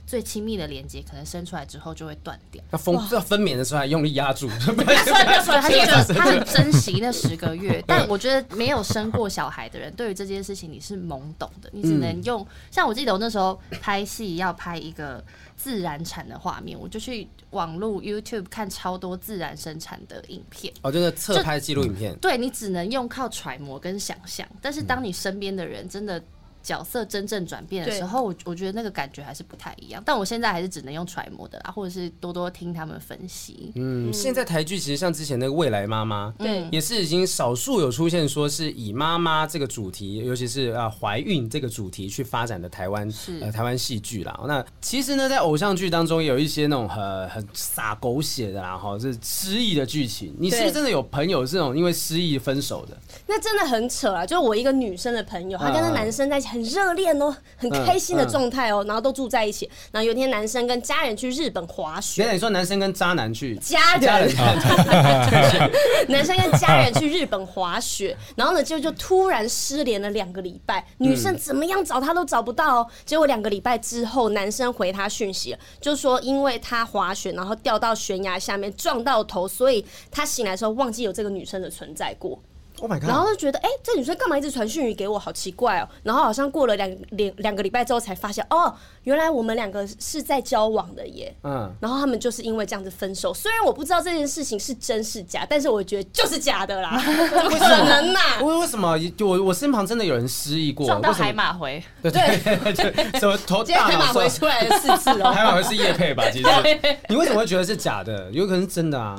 Speaker 4: 最亲密的连接，可能生出来之后就会断掉。
Speaker 2: 那分要分娩的时候还用力压住，
Speaker 4: 对，他就觉得他很珍惜那十个月。但我觉得没有生过小孩的人，对于这件事情你是懵懂的，你只能用。像我记得我那时候拍戏要拍一个自然产的画面，我就去网络 YouTube 看超多自然生产的影片。
Speaker 2: 哦，就是侧拍纪录影片，
Speaker 4: 对你只能用靠揣摩跟想象，但是当你身边的人真的。角色真正转变的时候，我我觉得那个感觉还是不太一样。但我现在还是只能用揣摩的啦，或者是多多听他们分析。
Speaker 2: 嗯，现在台剧其实像之前那个《未来妈妈》，
Speaker 1: 对
Speaker 2: 也是已经少数有出现说是以妈妈这个主题，尤其是啊怀孕这个主题去发展的台湾呃台湾戏剧啦。那其实呢，在偶像剧当中也有一些那种很很撒狗血的啦，哈，是失忆的剧情。你是不是
Speaker 1: 对
Speaker 2: 真的有朋友是那种因为失忆分手的？
Speaker 1: 那真的很扯啊！就是我一个女生的朋友，她跟那男生在一起很热恋哦，很开心的状态哦，然后都住在一起。然后有一天，男生跟家人去日本滑雪
Speaker 2: 等，等，你说男生跟渣男去
Speaker 1: 家
Speaker 2: 家
Speaker 1: 人
Speaker 2: 人
Speaker 1: 男生跟家人去日本滑雪，然后呢，就就突然失联了两个礼拜，女生怎么样找他都找不到、哦。结果两个礼拜之后，男生回他讯息了，就说因为他滑雪，然后掉到悬崖下面撞到头，所以他醒来的时候忘记有这个女生的存在过。
Speaker 2: ，Oh my
Speaker 1: 然
Speaker 2: god！
Speaker 1: 后就觉得，哎、这女生干嘛一直传讯息给我，好奇怪哦。然后好像过了两两两个礼拜之后，才发现，哦，原来我们两个是在交往的耶。
Speaker 2: 嗯，
Speaker 1: 然后他们就是因为这样子分手。虽然我不知道这件事情是真是假，但是我觉得就是假的 啦，怎么可能呐、
Speaker 2: 为为什么我我身旁真的有人失忆过？
Speaker 4: 撞到
Speaker 2: 为什么
Speaker 4: 海马回，
Speaker 2: 对对对，什么 头
Speaker 1: 今天
Speaker 2: 大
Speaker 1: 海马
Speaker 2: 脑
Speaker 1: 回
Speaker 2: 受
Speaker 1: 出来了四次 哦。
Speaker 2: 海马回是叶配吧？其实你为什么会觉得是假的？有可能是真的啊。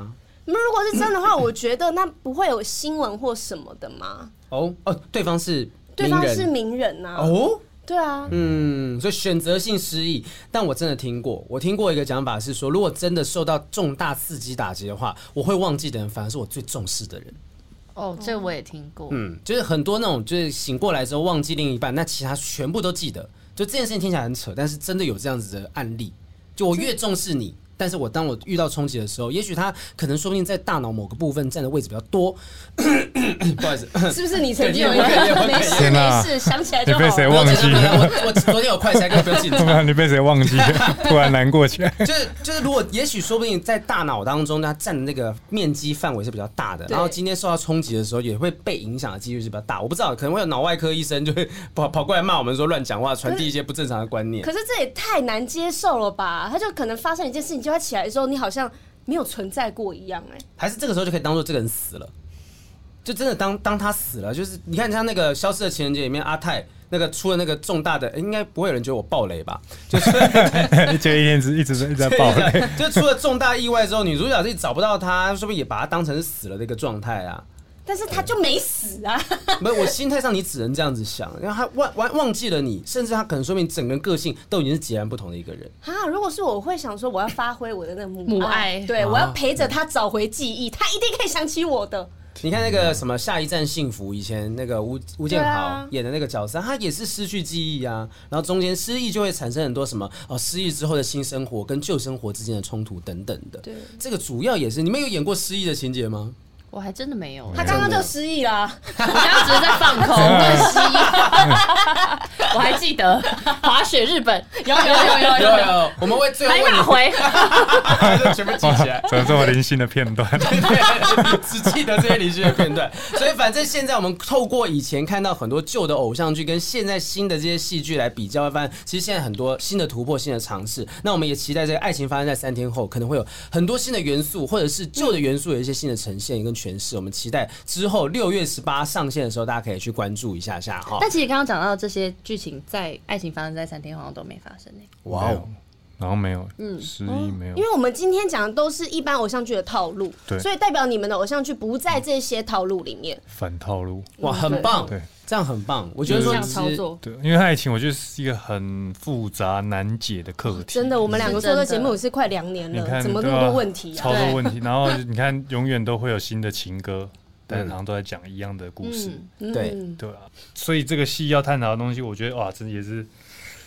Speaker 1: 那如果是真的话，我觉得那不会有新闻或什么的嘛。
Speaker 2: 哦哦，对方是
Speaker 1: 对
Speaker 2: 名
Speaker 1: 方
Speaker 2: 人
Speaker 1: 是名人呐、
Speaker 2: 哦，
Speaker 1: 对 啊，
Speaker 2: 嗯，所以选择性失忆。但我真的听过，我听过一个讲法是说，如果真的受到重大刺激打击的话，我会忘记的人反而是我最重视的人。
Speaker 4: 哦，这我也听过。
Speaker 2: 嗯，就是很多那种就是醒过来之后忘记另一半，那其他全部都记得。就这件事情听起来很扯，但是真的有这样子的案例。就我越重视你，但是我当我遇到冲击的时候，也许他可能说不定在大脑某个部分占的位置比较多，不好意思，
Speaker 1: 是不是你曾经有一个
Speaker 2: 对你有
Speaker 1: 没事
Speaker 3: 天
Speaker 1: 没
Speaker 3: 哪
Speaker 1: 事，想起来
Speaker 3: 你
Speaker 1: 就好
Speaker 3: 被
Speaker 1: 了。
Speaker 3: 谁忘记了？
Speaker 2: 我我昨天有快 筛，根本不用紧
Speaker 3: 突
Speaker 2: 张。
Speaker 3: 然你被谁 忘记了？突然难过起来。
Speaker 2: 就是就是，如果也许说不定在大脑当中，它占的那个面积范围是比较大的，
Speaker 1: 对
Speaker 2: 然后今天受到冲击的时候，也会被影响的几率是比较大。我不知道，可能会有脑外科医生就会跑跑过来骂我们说乱讲话，传递一些不正常的观念。
Speaker 1: 可是这也太难接受了吧？他就可能发生一件事情，就他起来的时候，你好像没有存在过一样、哎，
Speaker 2: 还是这个时候就可以当做这个人死了，就真的当当他死了，就是你看像那个《消失的情人节》里面阿泰那个出了那个重大的，诶应该不会有人觉得我爆雷 吧？就是
Speaker 3: 就一天一直一直在一直在爆
Speaker 2: 对对对 就出了重大意外之后，女主角自己找不到他，说不定也把他当成是死了的一个状态啊。
Speaker 1: 但是他就没死啊。
Speaker 2: 没有，我心态上你只能这样子想，然后他忘忘忘记了你，甚至他可能说明整个人个性都已经是截然不同的一个人。
Speaker 1: 啊，如果是我，我会想说我要发挥我的那个母
Speaker 4: 母
Speaker 1: 爱
Speaker 4: 爱
Speaker 1: 对我要陪着他找回记忆，他一定可以想起我的。
Speaker 2: 你看那
Speaker 4: 嗯
Speaker 2: 个什么《下一站幸福》，以前那个吴吴建
Speaker 1: 对
Speaker 2: 豪
Speaker 1: 啊
Speaker 2: 演的那个角色，他也是失去记忆啊，然后中间失忆就会产生很多什么哦，失忆之后的新生活跟旧生活之间的冲突等等的。
Speaker 1: 对，
Speaker 2: 这个主要也是你们有演过失忆的情节吗？
Speaker 4: 我还真的没有，
Speaker 1: 他刚刚就失忆啦。
Speaker 4: 我刚刚只是在放 空练习。我还记得 滑雪日本，有有 有有有，
Speaker 2: 有， 我们会最后
Speaker 4: 还
Speaker 2: 问
Speaker 4: 哪回？
Speaker 2: 你， 就全部记起来
Speaker 3: 哇，。怎么这么零星的片 段？
Speaker 2: 对，只记得这些离析的片段。所以反正现在我们透过以前看到很多旧的偶像剧跟现在新的这些戏剧来比较，会发现其实现在很多新的突破、新的尝试。那我们也期待这个爱情发生在三天后，可能会有很多新的元素，或者是旧的元素有一些新的呈现跟诠释。我们期待之后六月十八上线的时候，大家可以去关注一下下哈。
Speaker 4: 但其实刚刚讲到的这些剧情，在《爱情发生在三天》好像都没发生欸诶、
Speaker 2: 哇哦！
Speaker 3: 然后没有，嗯，失忆没有
Speaker 1: 因，为我们今天讲的都是一般偶像剧的套路，
Speaker 3: 对嗯
Speaker 1: 所以代表你们的偶像剧不在这些套路里面。
Speaker 3: 反套路。
Speaker 2: 哇，很棒，
Speaker 3: 对
Speaker 2: 这样很棒。我觉得
Speaker 4: 这
Speaker 2: 说
Speaker 4: 样
Speaker 2: 其实
Speaker 4: 操
Speaker 1: 哦
Speaker 4: 作，
Speaker 3: 对，因为爱情，我觉得是一个很复杂难解的课题。
Speaker 1: 真的，我们两个
Speaker 4: 是
Speaker 1: 做这
Speaker 4: 真的
Speaker 1: 节目也是快两年
Speaker 3: 你
Speaker 1: 了，
Speaker 3: 看
Speaker 1: 怎么那
Speaker 3: 对
Speaker 1: 么
Speaker 3: 啊
Speaker 1: 多问题啊
Speaker 3: 超？多问题。然后你看，永远都会有新的情歌，但好像都在讲一样的故事。
Speaker 4: 嗯，
Speaker 2: 对
Speaker 1: 嗯，
Speaker 3: 对啊，所以这个戏要探讨的东西，我觉得哇，真的也是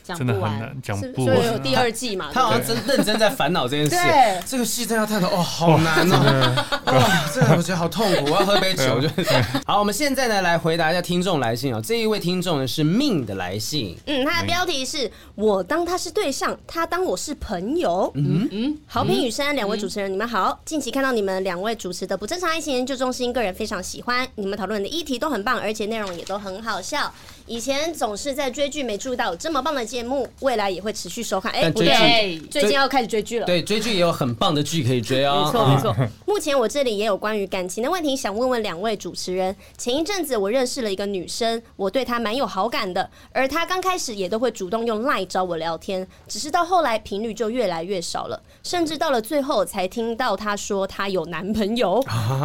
Speaker 4: 讲
Speaker 3: 真的
Speaker 4: 不
Speaker 3: 很
Speaker 4: 完。
Speaker 3: 难讲
Speaker 1: 是
Speaker 3: 不
Speaker 1: 所以有
Speaker 3: 完。
Speaker 1: 第二季嘛？
Speaker 2: 他好像真认真在烦恼这件事
Speaker 1: 啊对。
Speaker 2: 这个戏真的要探讨哦，好难哦，哇，这个我觉得好痛苦，我要喝杯酒。就是 好，我们现在呢来回答一下听众来信哦。这一位听众呢是命的来信，
Speaker 1: 嗯，它的标题是“我当他是对象，他当我是朋友”。嗯嗯，好评雨山两位主持人，你们好。近期看到你们两位主持的《不正常爱情研究中心》，个人非常喜欢，你们讨论的议题都很棒，而且内容也都很好笑。以前总是在追剧，没注意到有这么棒的节目，未来也会持续收看。哎、
Speaker 2: 但
Speaker 1: 不
Speaker 2: 追
Speaker 1: 对，
Speaker 2: 剧
Speaker 4: 对
Speaker 1: 最近要开始追剧了。
Speaker 2: 对追剧也有很棒的剧可以追哦。
Speaker 4: 没错没
Speaker 3: 嗯
Speaker 4: 错，
Speaker 1: 目前我这里也有关于感情的问题，想问问两位主持人。前一阵子我认识了一个女生，我对她蛮有好感的，而她刚开始也都会主动用 LINE 找我聊天，只是到后来频率就越来越少了，甚至到了最后才听到她说她有男朋友。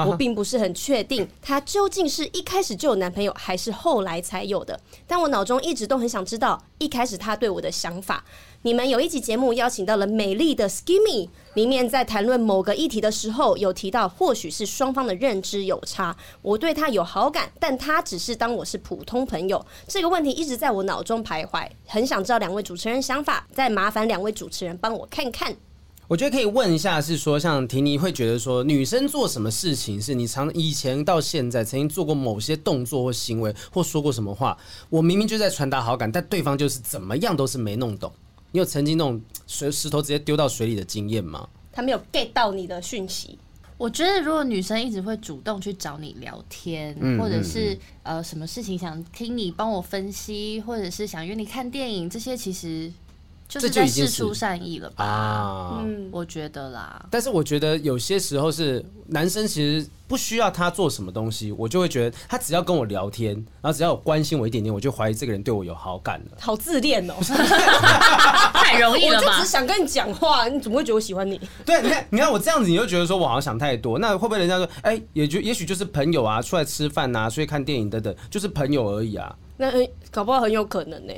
Speaker 1: 我并不是很确定她究竟是一开始就有男朋友，还是后来才有的。但我脑中一直都很想知道一开始她对我的想法。你们有一集节目邀请到了美丽的 Skimmy，里面在谈论某个议题的时候，有提到或许是双方的认知有差。我对他有好感，但他只是当我是普通朋友。这个问题一直在我脑中徘徊，很想知道两位主持人想法，再麻烦两位主持人帮我看看。
Speaker 2: 我觉得可以问一下，是说像婷妮会觉得说，女生做什么事情是你常以前到现在曾经做过某些动作或行为，或说过什么话，我明明就在传达好感，但对方就是怎么样都是没弄懂。你有曾经那种水石头直接丢到水里的经验吗？
Speaker 1: 他没有 get 到你的讯息，
Speaker 4: 我觉得如果女生一直会主动去找你聊天，
Speaker 3: 嗯
Speaker 4: 或者是、呃什么事情想听你帮我分析，或者是想约你看电影，这些其实就
Speaker 2: 这
Speaker 4: 是
Speaker 2: 就
Speaker 4: 在
Speaker 2: 已经
Speaker 4: 示
Speaker 2: 是
Speaker 4: 出善意了吧？
Speaker 2: 啊，
Speaker 1: 嗯
Speaker 4: 我觉得啦，
Speaker 2: 但是我觉得有些时候是男生其实不需要他做什么东西，我就会觉得他只要跟我聊天，然后只要有关心我一点点，我就怀疑这个人对我有好感了。
Speaker 1: 好自恋哦、
Speaker 4: 太容易
Speaker 1: 我
Speaker 4: 了
Speaker 1: 就
Speaker 4: 吧
Speaker 1: 只？想跟你讲话，你怎么会觉得我喜欢你？
Speaker 2: 对，你看，你看我这样子，你就觉得说我好像想太多。那会不会人家说，哎、也就也许就是朋友啊，出来吃饭啊，出去看电影等等，就是朋友而已啊。
Speaker 1: 那、呃搞不好很有可能呢、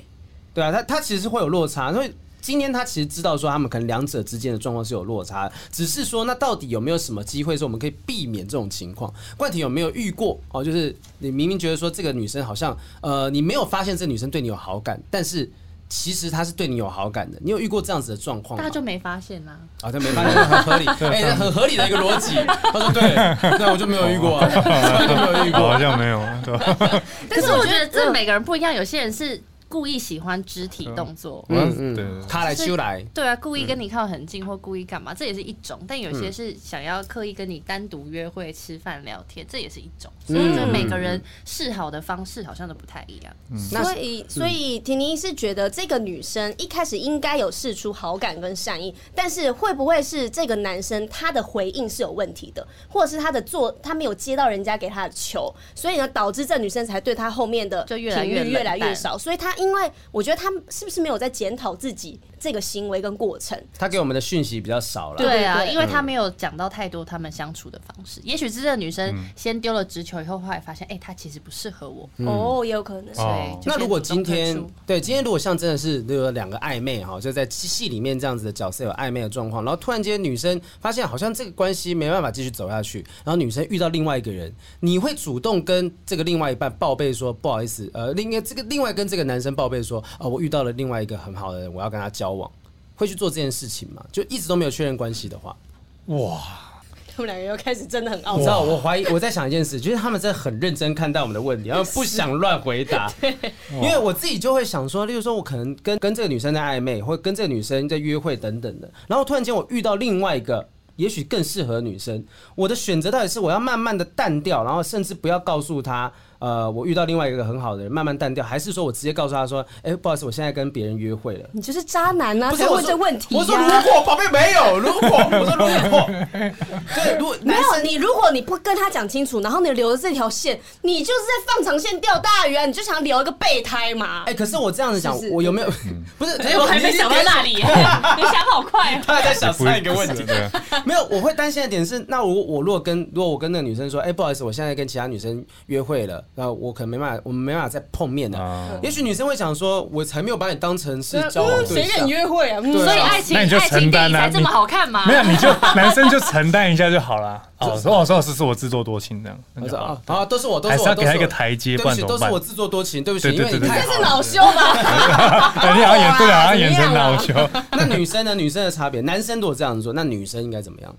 Speaker 2: 对啊，他他其实是会有落差，所以今天他其实知道说他们可能两者之间的状况是有落差的，只是说那到底有没有什么机会说我们可以避免这种情况？冠廷有没有遇过哦？就是你明明觉得说这个女生好像呃你没有发现这女生对你有好感，但是。其实他是对你有好感的。你有遇过这样子的状况
Speaker 4: 大
Speaker 2: 吗？
Speaker 4: 家就没发现啦、
Speaker 2: 啊，他没发现，很合理，哎、很合理的一个逻 辑。他说对，那我就没有遇 过、啊，我就没有遇过。
Speaker 3: 好像没有，对吧？
Speaker 4: 但是我觉得这
Speaker 1: 嗯
Speaker 4: 每个人不一样，有些人是故意喜欢肢体动作，
Speaker 2: 嗯
Speaker 3: 对对对
Speaker 2: 嗯，他来修来，
Speaker 4: 对啊，故意跟你靠很近或故意干嘛，这也是一种；但有
Speaker 2: 嗯
Speaker 4: 些是想要刻意跟你单独约会、吃饭、聊天，这也是一种。
Speaker 2: 嗯
Speaker 4: 所以我觉得每个人示好的方式好像都不太一样。
Speaker 2: 那
Speaker 1: 所以，
Speaker 4: 嗯
Speaker 1: 所以婷婷是觉得这个女生一开始应该有试出好感跟善意，但是会不会是这个男生他的回应是有问题的，或者是他的做他没有接到人家给他的球，所以呢导致这女生才对他后面的
Speaker 4: 就越来
Speaker 1: 频
Speaker 4: 越
Speaker 1: 率越来
Speaker 4: 冷淡
Speaker 1: 越少。所以他因为我觉得他是不是没有在检讨自己这个行为跟过程？
Speaker 2: 他给我们的讯息比较少了。
Speaker 4: 对嗯啊，
Speaker 1: 对对
Speaker 4: 因为他没有讲到太多他们相处的方式。也许是这个女生先丢了直球以后，后来发现，哎、她其实不适合我。
Speaker 1: 哦，也有可能。
Speaker 3: 哦
Speaker 4: 对，就
Speaker 2: 那
Speaker 4: 先
Speaker 2: 如果
Speaker 4: 主动
Speaker 2: 今天
Speaker 4: 退出
Speaker 2: 对今天如果像真的是有两个暧昧哈，就在戏里面这样子的角色有暧昧的状况，然后突然间女生发现好像这个关系没办法继续走下去，然后女生遇到另外一个人，你会主动跟这个另外一半报备说不好意思，呃，另外这个另外跟这个男生报备说，啊，我遇到了另外一个很好的人，我要跟他交往，会去做这件事情吗？就一直都没有确认关系的话，
Speaker 3: 哇，
Speaker 1: 他们两个又开始真的很傲
Speaker 2: 你知
Speaker 1: 娇。
Speaker 2: 道我怀疑我在想一件事，就是他们在很认真看待我们的问题，然后不想乱 回答。因为我自己就会想说，例如说我可能跟跟这个女生在暧昧，或跟这个女生在约会等等的，然后突然间我遇到另外一个。也许更适合的女生，我的选择到底是我要慢慢的淡掉，然后甚至不要告诉她，呃，我遇到另外一个很好的人，慢慢淡掉，还是说我直接告诉她说，哎、不好意思，我现在跟别人约会了。
Speaker 1: 你就是渣男啊！
Speaker 2: 不是
Speaker 1: 才
Speaker 2: 我
Speaker 1: 问
Speaker 2: 说
Speaker 1: 这问题、呀。
Speaker 2: 我说如果旁边没有，如果我说如果， 对，如果
Speaker 1: 没
Speaker 2: 男生
Speaker 1: 有，你如果你不跟他讲清楚，然后你留着这条线，你就是在放长线钓大鱼啊！你就想留一个备胎嘛。
Speaker 2: 哎、可是我这样子讲，
Speaker 1: 是不是
Speaker 2: 我有没有？不是，
Speaker 4: 哎、我还没想到那 里，你想好快、哦。
Speaker 2: 他在想上一个问
Speaker 3: 不
Speaker 2: 题
Speaker 3: 是。对，
Speaker 2: 没有，我会担心的点是，那我我如果跟如果我跟那个女生说，哎、不好意思，我现在跟其他女生约会了，然后我可能没办法，我们没办法再碰面了。
Speaker 3: 啊
Speaker 2: 也许女生会想说，我才没有把你当成是交往
Speaker 1: 嗯，
Speaker 2: 对
Speaker 1: 谁
Speaker 2: 象。
Speaker 1: 跟你约会啊？嗯
Speaker 2: 对啊
Speaker 4: 所以爱情，
Speaker 3: 那你就
Speaker 4: 爱情
Speaker 3: 承
Speaker 4: 电
Speaker 3: 担
Speaker 4: 影
Speaker 3: 啊
Speaker 4: 才这么
Speaker 3: 你
Speaker 4: 好看嘛？
Speaker 3: 没有，你就男生就承担一下就好啦。哦，说好说好是是我自作多情这样，那
Speaker 2: 我
Speaker 3: 就
Speaker 2: 说
Speaker 3: 好
Speaker 2: 啊，啊，都是我，都
Speaker 3: 还
Speaker 2: 是我，
Speaker 3: 是要
Speaker 2: 都
Speaker 3: 给
Speaker 2: 是
Speaker 3: 他
Speaker 2: 我
Speaker 3: 一个台阶
Speaker 2: 对
Speaker 3: 不
Speaker 2: 不
Speaker 3: 然
Speaker 2: 起，
Speaker 3: 怎
Speaker 2: 都
Speaker 3: 么
Speaker 2: 是
Speaker 3: 办
Speaker 2: 我自作多情，对不起，
Speaker 3: 对
Speaker 2: 因
Speaker 3: 对
Speaker 2: 为你
Speaker 3: 对对
Speaker 2: 太
Speaker 1: 这
Speaker 2: 好
Speaker 1: 是
Speaker 2: 了
Speaker 1: 恼羞吧？
Speaker 3: 对你好像也对啊，好像眼神恼羞。
Speaker 2: 那女生呢？女生的差别，男生如果这样做，那女生应该怎么样？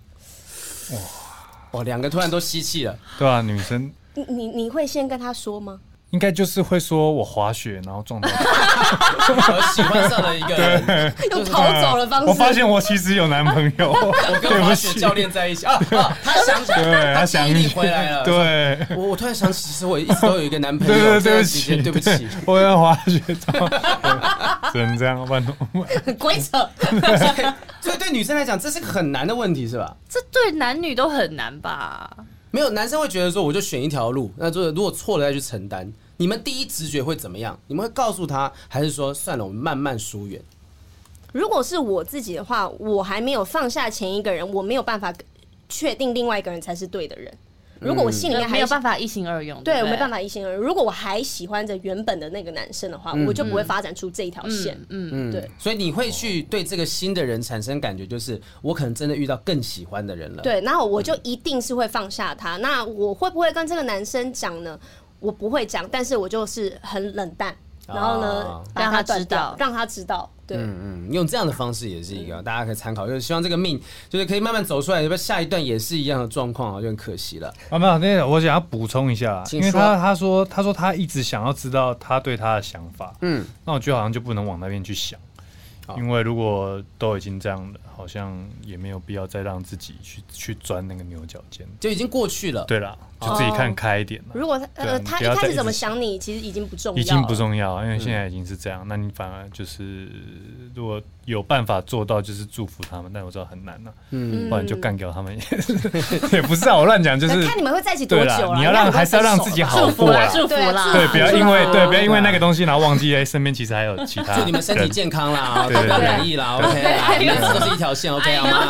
Speaker 2: 哇，哇，两个突然都吸气了。
Speaker 3: 对啊，女生
Speaker 1: 你你你会先跟他说 吗？
Speaker 3: 应该就是会说我滑雪然 后撞到你，
Speaker 2: 我喜欢上了一个人，
Speaker 1: 用逃走的方式。
Speaker 3: 我发现我其实有男朋友，
Speaker 2: 我
Speaker 3: 对
Speaker 2: 跟
Speaker 3: 不
Speaker 2: 滑
Speaker 3: 起
Speaker 2: 雪教，练在一起啊啊！ 他想起来，
Speaker 3: 对他
Speaker 2: 他
Speaker 3: 想
Speaker 2: 记忆力回来了。，
Speaker 3: 对。
Speaker 2: 我我突然想起，其实我一直都有一个男朋
Speaker 3: 对
Speaker 2: 友。
Speaker 3: 对，
Speaker 2: 这
Speaker 3: 对不
Speaker 2: 段时
Speaker 3: 起，
Speaker 2: 间对不起。，
Speaker 3: 我要滑雪照，只能这样，不然怎么办
Speaker 1: 鬼扯！
Speaker 2: 所以所以对女生来讲，这是个很难的问题，是吧？
Speaker 4: 这对男女都很难吧？
Speaker 2: 没有，男生会觉得说，我就选一条路，那就是如果错了再去承担。你们第一直觉会怎么样？你们会告诉他，还是说算了，我们慢慢疏远？
Speaker 1: 如果是我自己的话，我还没有放下前一个人，我没有办法确定另外一个人才是对的人。
Speaker 2: 嗯
Speaker 1: 如果我心里面还
Speaker 4: 没有
Speaker 1: 法。
Speaker 4: 办法一心二用，
Speaker 1: 对，
Speaker 4: 不
Speaker 1: 我
Speaker 4: 对
Speaker 1: 没办。法一心二用。如果我还喜欢着原本的那个男生的话，我就不会发展出这一条线。
Speaker 4: 嗯，
Speaker 2: 嗯
Speaker 1: 对，
Speaker 2: 所以你会去对这个新的人产生感觉，就是我可能真的遇到更喜欢的人了。，
Speaker 1: 对，然后我
Speaker 3: 嗯
Speaker 1: 就一定是会放下他。那我会不会跟这个男生讲呢？我不会讲，但是我就是很冷淡，然后呢
Speaker 2: 啊，
Speaker 1: 把
Speaker 4: 让
Speaker 1: 它
Speaker 4: 他
Speaker 1: 断
Speaker 4: 知
Speaker 1: 掉
Speaker 4: 道
Speaker 1: 让他知道。对，
Speaker 2: 嗯嗯，用这样的方式也是一个，大家可以参考。就是希望这个命就是可以慢慢走出来，要不然下一段也是一样的状况啊，就很可惜了。
Speaker 3: 啊，没有，那个我想要补充一下啦，
Speaker 2: 请
Speaker 3: 因为
Speaker 2: 说
Speaker 3: 他他说他说他一直想要知道他对他的想法，
Speaker 2: 嗯，
Speaker 3: 那我觉得好像就不能往那边去想，
Speaker 2: 好
Speaker 3: 因为如果都已经这样了，好像也没有必要再让自己去去钻那个牛角尖。
Speaker 2: 就已经过去了。
Speaker 3: 对啦，就自己看开一点啦。
Speaker 1: 哦如果他
Speaker 3: 对啊
Speaker 1: 呃
Speaker 3: 你
Speaker 1: 他
Speaker 3: 不
Speaker 1: 一
Speaker 3: 要
Speaker 1: 开
Speaker 3: 再
Speaker 1: 始怎么
Speaker 3: 直
Speaker 1: 想你，其实已经不重要，
Speaker 3: 已经不。重要，啊因为现在已经是这样，那你反而就是如果有办法做到，就是祝福他们，但我知道很难呐、
Speaker 1: 嗯
Speaker 3: 不然就干掉他们 也也不是啊，我乱讲就是
Speaker 1: 那。看你们会在一起多
Speaker 3: 对
Speaker 1: 久
Speaker 3: 啦
Speaker 1: 了？，
Speaker 3: 你要让还是要让自己好过啦，
Speaker 4: 祝福
Speaker 1: 对啊
Speaker 4: 啦
Speaker 3: 对，不要因为
Speaker 1: 祝福
Speaker 3: 对不要因为那个东西，然后忘记哎，身边其实还有其他
Speaker 2: 祝你们身体
Speaker 3: 人。
Speaker 2: 健康啦，
Speaker 3: 对对
Speaker 2: 都
Speaker 3: 对
Speaker 2: 不要满意啦，OK 啦，每次都是一条线，OK 好吗？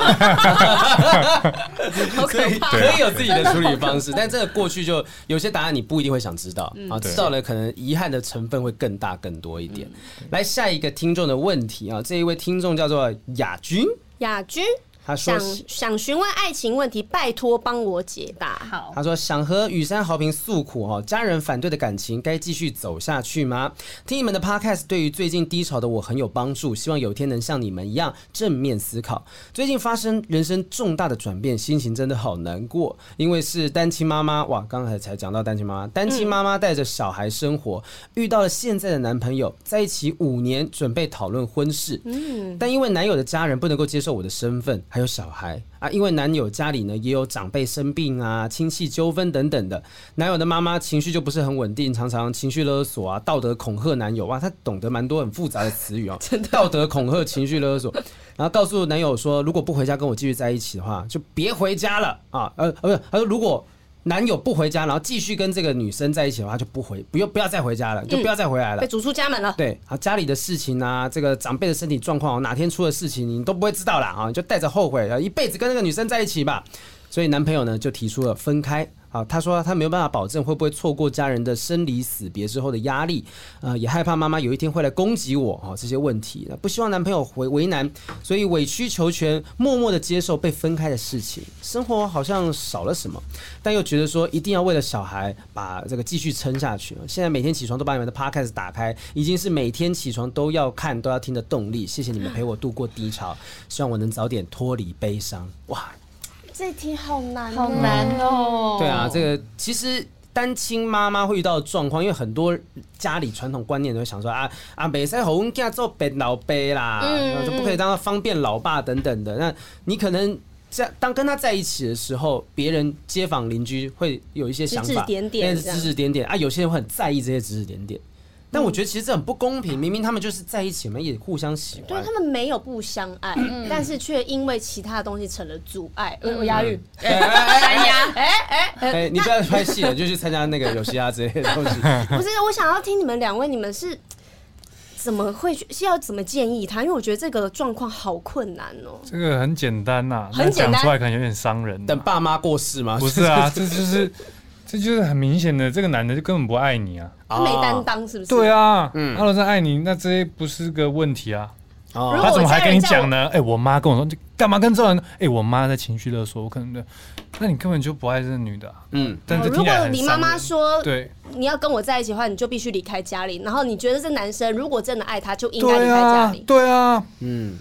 Speaker 3: 哎
Speaker 1: 好可
Speaker 2: 可以
Speaker 1: 怕。
Speaker 2: 可以有自己的处理方式，但这个过去就有些答案你不一定会想知道啊，
Speaker 3: 对
Speaker 2: 知道了可能遗憾的成分会更大更多一点。来下一个听众的问题啊，这一位听众叫做雅君，
Speaker 1: 雅君，
Speaker 2: 他说
Speaker 1: 想想询问爱情问题，拜托帮我解答。
Speaker 4: 好，
Speaker 2: 他说想和雨山豪平诉苦哦，家人反对的感情该继续走下去吗？听你们的 podcast 对于最近低潮的我很有帮助，希望有一天能像你们一样正面思考。最近发生人生重大的转变，心情真的好难过，因为是单亲妈妈哇，刚才才讲到单亲妈妈，单亲妈妈带着小孩生活，遇到了现在的男朋友，在一起五年，准备讨论婚事，但因为男友的家人不能够接受我的身份，还有小孩啊，因为男友家里呢也有长辈生病啊、亲戚纠纷等等的，男友的妈妈情绪就不是很稳定，常常情绪勒索啊、道德恐吓男友哇，她懂得蛮多很复杂的词语哦，道德恐吓、情绪勒索，然后告诉男友说，如果不回家跟我继续在一起的话，就别回家了啊，呃呃，不是，她说如果。男友不回家，然后继续跟这个女生在一起的话，就不回，不用不要再回家了，就不要再回来了。
Speaker 1: 被逐出家门了。
Speaker 2: 对，好家里的事情啊，这个长辈的身体状况，哪天出了事情你都不会知道啦啊，你就带着后悔，啊，一辈子跟那个女生在一起吧。所以男朋友呢就提出了分开。啊，他说他没有办法保证会不会错过家人的生离死别之后的压力，呃，也害怕妈妈有一天会来攻击我啊、这些问题，不希望男朋友为为难，呃所以哦委曲求全，默默的接受被分开的事情，生活好像少了什么，但又觉得说一定要为了小孩把这个继续撑下去。现在每天起床都把你们的 podcast 打开，已经是每天起床都要看都要听的动力。谢谢你们陪我度过低潮，希望我能早点脱离悲伤。哇，
Speaker 1: 这题好难，
Speaker 4: 好难。哦。
Speaker 2: 对啊，这个其实单亲妈妈会遇到的状况，因为很多家里传统观念都会想说啊啊，北塞吼温家做北老杯啦，然
Speaker 1: 嗯
Speaker 2: 后就不可以当方便老爸等等的。那你可能在当跟他在一起的时候，别人街坊邻居会有一些想法，
Speaker 1: 指指点点
Speaker 2: 但是指指点点啊，有些人会很在意这些指指点点。但我觉得其实这很不公平，明明他们就是在一起嘛，也互相喜
Speaker 1: 对
Speaker 2: 欢
Speaker 1: 他。们没有不相爱，
Speaker 4: 嗯
Speaker 1: 但是却因为其他的东西成了阻碍。呃我押韵，
Speaker 2: 哎哎哎
Speaker 4: 哎呀，
Speaker 1: 哎哎哎，
Speaker 2: 哎，你不要拍戏了，就去参加那个游戏啊之类的东 西。
Speaker 1: 不是，我想要听你们两位，你们是怎么会去是要怎么建议他？因为我觉得这个状况好困难哦、
Speaker 3: 这个很简单呐、
Speaker 1: 很
Speaker 3: 那
Speaker 1: 简单
Speaker 3: 讲出来可能有点伤人、啊
Speaker 2: 等爸妈过世吗？
Speaker 3: 不是啊，这就是这就是很明显的，这个男的就根本不爱你啊。
Speaker 1: 他没担当是不是？
Speaker 3: 对
Speaker 1: 啊，
Speaker 3: 啊，
Speaker 2: 嗯
Speaker 3: 他如果真爱你，那这些不是个问题啊。
Speaker 2: 哦，
Speaker 1: 如果
Speaker 3: 他怎么还跟你讲
Speaker 1: 我
Speaker 3: 呢？哎、我妈跟我说，你干嘛跟这种人？哎、我妈在情绪勒索，我可能，那你根本就不爱这个女的、啊。
Speaker 2: 嗯，
Speaker 3: 但是
Speaker 1: 哦如
Speaker 3: 听起
Speaker 1: 果
Speaker 3: 来很
Speaker 1: 你
Speaker 3: 伤
Speaker 1: 妈妈
Speaker 3: 人
Speaker 1: 说
Speaker 3: 对
Speaker 1: 你要跟我在一起的话，你就必须离开家里。然后你觉得这男生如果真的爱她，就应该离
Speaker 3: 对
Speaker 1: 开家
Speaker 3: 啊
Speaker 1: 里，。
Speaker 3: 对啊，
Speaker 2: 嗯，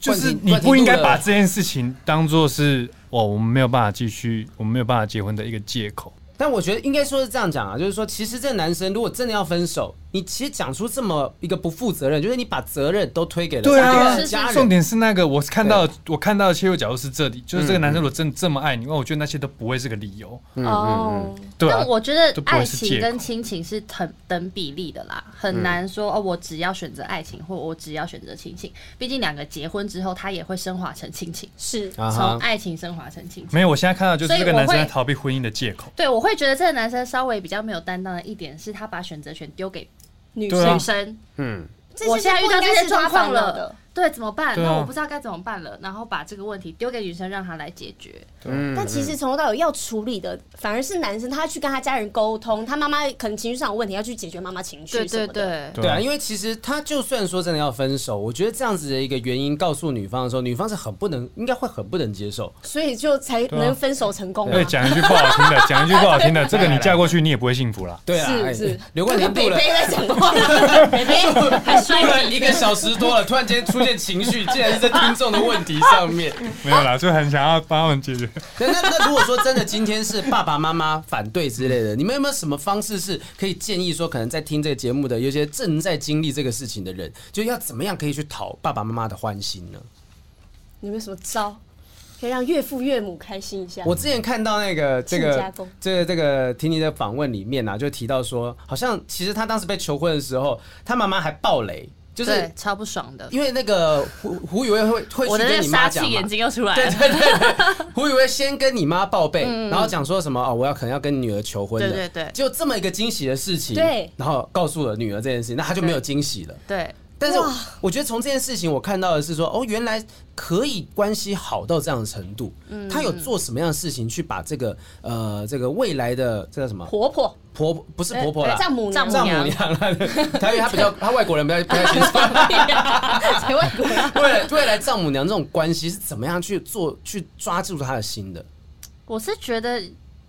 Speaker 3: 就是
Speaker 2: 冠廷
Speaker 3: 你不应该把
Speaker 2: 冠廷
Speaker 3: 这件事情当做是哦，我们没有办法继续，我们没有办法结婚的一个借口。
Speaker 2: 录了但我觉得应该说是这样讲啊，就是说，其实这男生如果真的要分手，你其实讲出这么一个不负责任，就是你把责任都推给了
Speaker 3: 对啊
Speaker 2: 自己的家
Speaker 3: 重
Speaker 2: 人。
Speaker 3: 点是那个，我看到我看到的切入角度是这里，就是
Speaker 2: 嗯
Speaker 3: 这个男生如果真这么爱你，那我觉得那些都不会是个理由。
Speaker 1: 哦，
Speaker 3: 对啊
Speaker 4: 但，我觉得
Speaker 3: 这不会
Speaker 4: 爱
Speaker 3: 是借口嗯
Speaker 4: 情跟亲情是等等比例的啦，很难说哦，我只要选择爱情，或我只要选择亲情。毕竟两个结婚之后，他也会升华成亲情，
Speaker 1: 是
Speaker 2: 啊
Speaker 4: 从
Speaker 2: 哈，
Speaker 4: 爱情升华成亲情。
Speaker 3: 没有，我现在看到就是
Speaker 4: 所以
Speaker 3: 这个男生
Speaker 4: 我会
Speaker 3: 在逃避婚姻的借口。
Speaker 4: 对，我会觉得这个男生稍微比较没有担当的一点是，他把选择权丢给
Speaker 1: 女
Speaker 3: 对
Speaker 1: 生
Speaker 3: 啊
Speaker 4: 女，生。
Speaker 2: 嗯，
Speaker 1: 这
Speaker 4: 我
Speaker 1: 些
Speaker 4: 现在遇到
Speaker 1: 不
Speaker 4: 这
Speaker 1: 应该
Speaker 4: 些
Speaker 1: 是
Speaker 4: 状
Speaker 1: 她
Speaker 4: 况
Speaker 1: 烦恼
Speaker 4: 了
Speaker 1: 的。，
Speaker 4: 对，怎么办？
Speaker 3: 对啊
Speaker 4: 那我不知道该怎么办了，然后把这个问题丢给女生，让她来解决。
Speaker 1: 但其实从头到尾要处理的反而是男生，他去跟他家人沟通，他妈妈可能情绪上有问题，要去解决妈妈情绪什么的。
Speaker 4: 对
Speaker 2: 对啊，因为其实他就算说真的要分手，我觉得这样子的一个原因告诉女方的时候，女方是很不能，应该会很不能接受。
Speaker 1: 所以就才能分手成功嘛。
Speaker 3: 对，啊讲一句不好听 的，讲一句不好听的，这个你嫁过去你也不会幸福啦。
Speaker 2: 对啊，
Speaker 1: 是
Speaker 2: 哎
Speaker 1: 是
Speaker 2: 刘冠廷
Speaker 1: 北
Speaker 2: 录 了
Speaker 1: 北在讲话，北北还
Speaker 2: 录
Speaker 1: 摔
Speaker 2: 了
Speaker 1: 你。
Speaker 2: 一个小时多了，突然间出现情绪，竟然是在听众的问题上面。
Speaker 3: 没有啦，就很想要帮他们解决。
Speaker 2: 那那那如果说真的今天是爸爸妈妈反对之类的，你们有没有什么方式是可以建议说，可能在听这个节目的有些正在经历这个事情的人，就要怎么样可以去讨爸爸妈妈的欢心呢？
Speaker 1: 你们有什么招可以让岳父岳母开心一下？
Speaker 2: 我之前看到那个这
Speaker 1: 亲家
Speaker 2: 个
Speaker 1: 公
Speaker 2: 这个这个婷婷的访问里面啊，就提到说，好像其实她当时被求婚的时候，她妈妈还爆雷，就是
Speaker 4: 对，超不爽的。
Speaker 2: 因为那个胡胡宇威会会
Speaker 4: 我
Speaker 2: 去
Speaker 4: 的那
Speaker 2: 跟
Speaker 4: 个
Speaker 2: 你妈
Speaker 4: 杀
Speaker 2: 讲
Speaker 4: 气
Speaker 2: 嘛
Speaker 4: 眼。睛又出来
Speaker 2: 对
Speaker 4: 了。
Speaker 2: 对对对，胡宇威先跟你妈报备，然后讲说什么哦，我要可能要跟女儿求婚的，
Speaker 4: 对对对
Speaker 2: 就这么一个惊喜的事情，
Speaker 1: 对
Speaker 2: 然后告诉了女儿这件事情，那他就没有惊喜了。
Speaker 4: 对，
Speaker 2: 但是我觉得从这件事情，我看到的是说，哦，原来可以关系好到这样的程度。他有做什么样的事情去把这个呃这个未来的这叫什么
Speaker 1: 婆婆
Speaker 2: 婆婆不是婆婆
Speaker 1: 哎
Speaker 2: 啦，
Speaker 1: 哎丈母
Speaker 4: 丈母
Speaker 2: 丈
Speaker 1: 娘，
Speaker 2: 母娘啦， 他因为他比较他外国人比较不太清楚。
Speaker 1: 谁外国人？
Speaker 2: 未来未来丈母娘这种关系是怎么样去做去抓住他的心的？
Speaker 4: 我是觉得，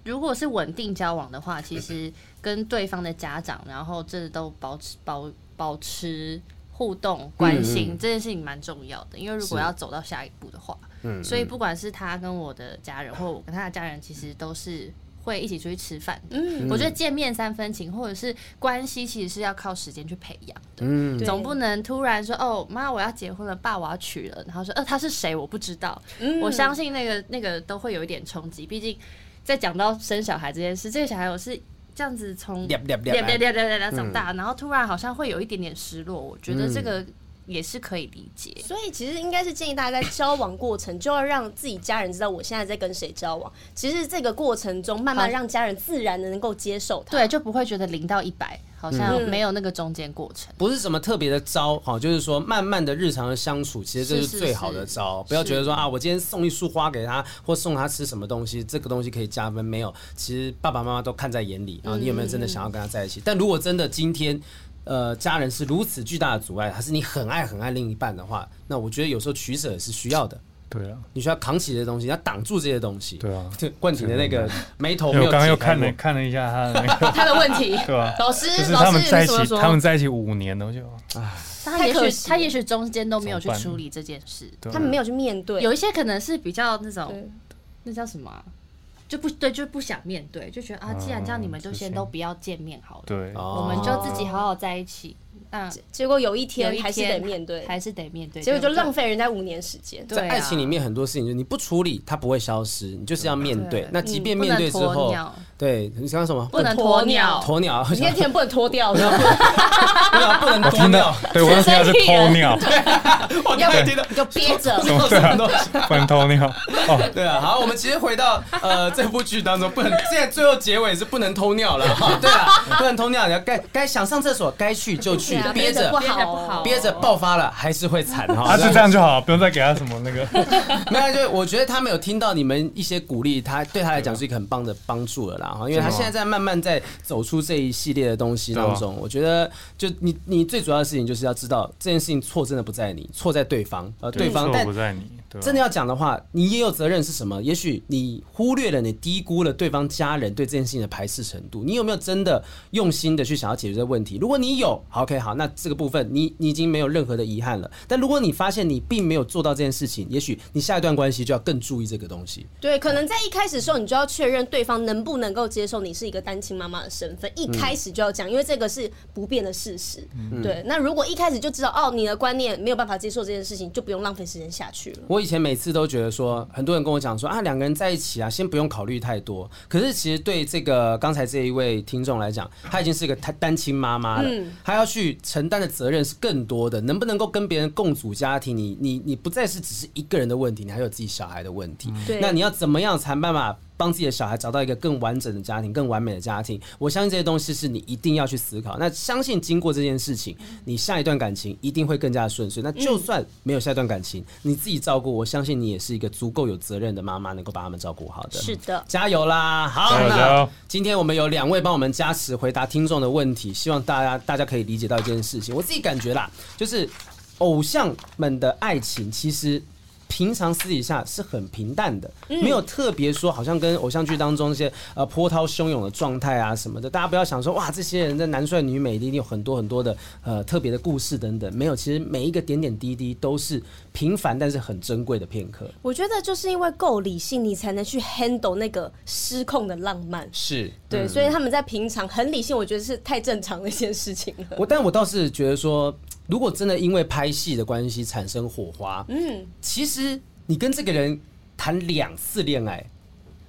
Speaker 4: 如果是稳定交往的话，其实跟对方的家长，然后这都保持保保持互动关心，
Speaker 2: 嗯嗯
Speaker 4: 这件事情蛮重要的。因为如果
Speaker 2: 是
Speaker 4: 要走到下一步的话，
Speaker 2: 嗯
Speaker 4: 所以不管是他跟我的家人，或我跟他的家人，其实都是。会一起出去吃饭的，
Speaker 1: 嗯
Speaker 4: 我觉得见面三分情，或者是关系，其实是要靠时间去培养的。
Speaker 2: 嗯，
Speaker 1: 对
Speaker 4: 总不能突然说哦，妈，我要结婚了，爸，我要娶了，然后说，呃，他是谁？我不知道。
Speaker 1: 嗯
Speaker 4: 我相信那个那个都会有一点冲击，毕竟在讲到生小孩这件事，这个小孩我是这样子从
Speaker 2: 两两两
Speaker 4: 两两两
Speaker 1: 嗯
Speaker 4: 两两长大，然后突然好像会有一点点失落，我觉得这个
Speaker 1: 嗯
Speaker 4: 也是可以理解。
Speaker 3: 嗯
Speaker 1: 所以其实应该是建议大家在交往过程就要让自己家人知道我现在在跟谁交往。其实这个过程中，慢慢
Speaker 4: 好
Speaker 1: 让家人自然的能够接受他。
Speaker 4: 对，就不会觉得零到一百好像
Speaker 1: 嗯
Speaker 4: 没有那个中间过程。
Speaker 2: 不是什么特别的招，好，就是说慢慢的日常的相处，其实这
Speaker 4: 是
Speaker 2: 是
Speaker 4: 是
Speaker 2: 最好的招。不要觉得说啊，我今天送一束花给他，或送他吃什么东西，这个东西可以加分。没有，其实爸爸妈妈都看在眼里
Speaker 4: 嗯
Speaker 2: 啊，你有没有真的想要跟他在一起？但如果真的今天。呃，家人是如此巨大的阻碍，还是你很爱很爱另一半的话，那我觉得有时候取舍也是需要的。
Speaker 3: 对啊，
Speaker 2: 你需要扛起这些东西，你要挡住这些东西。
Speaker 3: 对啊
Speaker 2: 这冠廷的那个眉头没
Speaker 3: 因为
Speaker 2: 有。
Speaker 3: 哎我刚刚又看了，看了一下他的那 个，，
Speaker 1: 他的问题
Speaker 3: 对吧？
Speaker 1: 老师
Speaker 3: 就是
Speaker 1: 老
Speaker 3: 他
Speaker 1: 师
Speaker 3: 们
Speaker 1: 你
Speaker 3: 在一
Speaker 1: 怎么
Speaker 3: 起，
Speaker 1: 说？
Speaker 3: 他们在一起五年了，我就
Speaker 4: 但他也
Speaker 1: 太可
Speaker 4: 许
Speaker 1: 惜
Speaker 4: 他也许中间都没有去
Speaker 3: 怎么办
Speaker 4: 处理这件事，
Speaker 3: 对啊
Speaker 1: 他们没有去面对，
Speaker 4: 有一些可能是比较那
Speaker 1: 对
Speaker 4: 种那叫什么啊、就不对，就不想面对，就觉得啊，既然这样，
Speaker 3: 嗯
Speaker 4: 你们就
Speaker 3: 就
Speaker 4: 先
Speaker 3: 是
Speaker 4: 都不要见面好了。
Speaker 3: 对，
Speaker 2: 哦
Speaker 4: 我们就自己好好在一起。那
Speaker 1: 结果有一
Speaker 4: 有
Speaker 1: 天
Speaker 4: 一
Speaker 1: 还是得面对，
Speaker 4: 哦还是得面对，
Speaker 1: 结果就浪
Speaker 4: 费。
Speaker 1: 费人家五年时间。
Speaker 4: 对啊
Speaker 2: 在爱情里面很多事情，就是你不处理，它不会消失，你就是要面对
Speaker 4: 对。
Speaker 2: 那即便
Speaker 4: 不
Speaker 2: 面
Speaker 4: 能
Speaker 2: 对之
Speaker 4: 鸵
Speaker 2: 后，
Speaker 4: 鸟，
Speaker 2: 对你刚刚什么？
Speaker 4: 不能
Speaker 1: 鸵鸟
Speaker 4: 鸵鸟，
Speaker 2: 鸵鸟，
Speaker 1: 你那天不能脱掉的，
Speaker 2: 不能不能
Speaker 3: 我
Speaker 2: 鸵
Speaker 3: 听
Speaker 2: 鸟
Speaker 3: 到，，对我刚听到是偷尿，
Speaker 2: 我
Speaker 1: 要不
Speaker 2: 刚听到
Speaker 1: 你就憋着。
Speaker 2: 什么什么东西？
Speaker 3: 不能偷尿。哦，
Speaker 2: 对啊，好，我们其实回到呃这部剧当中，不能现在最后结尾是不能偷尿了，哈对啊，不能偷尿，你要该该想上厕所该去就去
Speaker 1: 对啊，
Speaker 2: 憋着
Speaker 1: 不
Speaker 4: 憋着不
Speaker 1: 好
Speaker 4: 好
Speaker 1: 哦，
Speaker 2: 憋着爆发了还是会惨哈。
Speaker 3: 他啊就这样就好，不用再给他什么那个。
Speaker 2: 没有，就我觉得他们有听到你们一些鼓励，他对他来讲是一个很棒的帮助了啦。
Speaker 3: 啊
Speaker 2: 哈，因为他现在在慢慢在走出这一系列的东西当
Speaker 3: 啊
Speaker 2: 中，我觉得就你你最主要的事情就是要知道这件事情错真的不在你，错在对方，呃，对方，
Speaker 3: 错
Speaker 2: 但
Speaker 3: 不在你，对啊吧
Speaker 2: 真的要讲的话，你也有责任是什么？也许你忽略了，你低估了对方家人对这件事情的排斥程度。你有没有真的用心的去想要解决这个问题？如果你有好，OK，好，那这个部分你你已经没有任何的遗憾了。但如果你发现你并没有做到这件事情，也许你下一段关系就要更注意这个东西。
Speaker 1: 对，可能在一开始的时候，你就要确认对方能不能够接受你是一个单亲妈妈的身份，一开始就要讲，因为这个是不变的事实。对，那如果一开始就知道哦，你的观念没有办法接受这件事情，就不用浪费时间下去了。
Speaker 2: 我以前每次都觉得说，很多人跟我讲说啊，两个人在一起啊，先不用考虑太多。可是其实对这个刚才这一位听众来讲，她已经是个单单亲妈妈了，她要去承担的责任是更多的。能不能够跟别人共组家庭，你你你不再是只是一个人的问题，你还有自己小孩的问题。
Speaker 1: 对
Speaker 2: 那你要怎么样才办法帮自己的小孩找到一个更完整的家庭、更完美的家庭？我相信这些东西是你一定要去思考。那相信经过这件事情，你下一段感情一定会更加的顺遂。那就算没有下一段感情，你自己照顾，我相信你也是一个足够有责任的妈妈，能够把他们照顾好的。
Speaker 1: 是的，
Speaker 2: 加油啦！哎好，
Speaker 3: 加油
Speaker 2: 那
Speaker 3: 加油
Speaker 2: 今天我们有两位帮我们加持回答听众的问题，希望大家大家可以理解到一件事情。我自己感觉啦，就是偶像们的爱情其实。平常私底下是很平淡的，没有特别说好像跟偶像剧当中那些呃波涛汹涌的状态啊什么的，大家不要想说哇这些人的男帅女美一定有很多很多的呃特别的故事等等，没有，其实每一个点点滴滴都是平凡但是很珍贵的片刻。
Speaker 1: 我觉得就是因为够理性，你才能去 handle 那个失控的浪漫。
Speaker 2: 是
Speaker 1: 对，所以他们在平常很理性，我觉得是太正常的一件事情了。
Speaker 2: 我但我倒是觉得说，如果真的因为拍戏的关系产生火花，嗯，其实你跟这个人谈两次恋爱，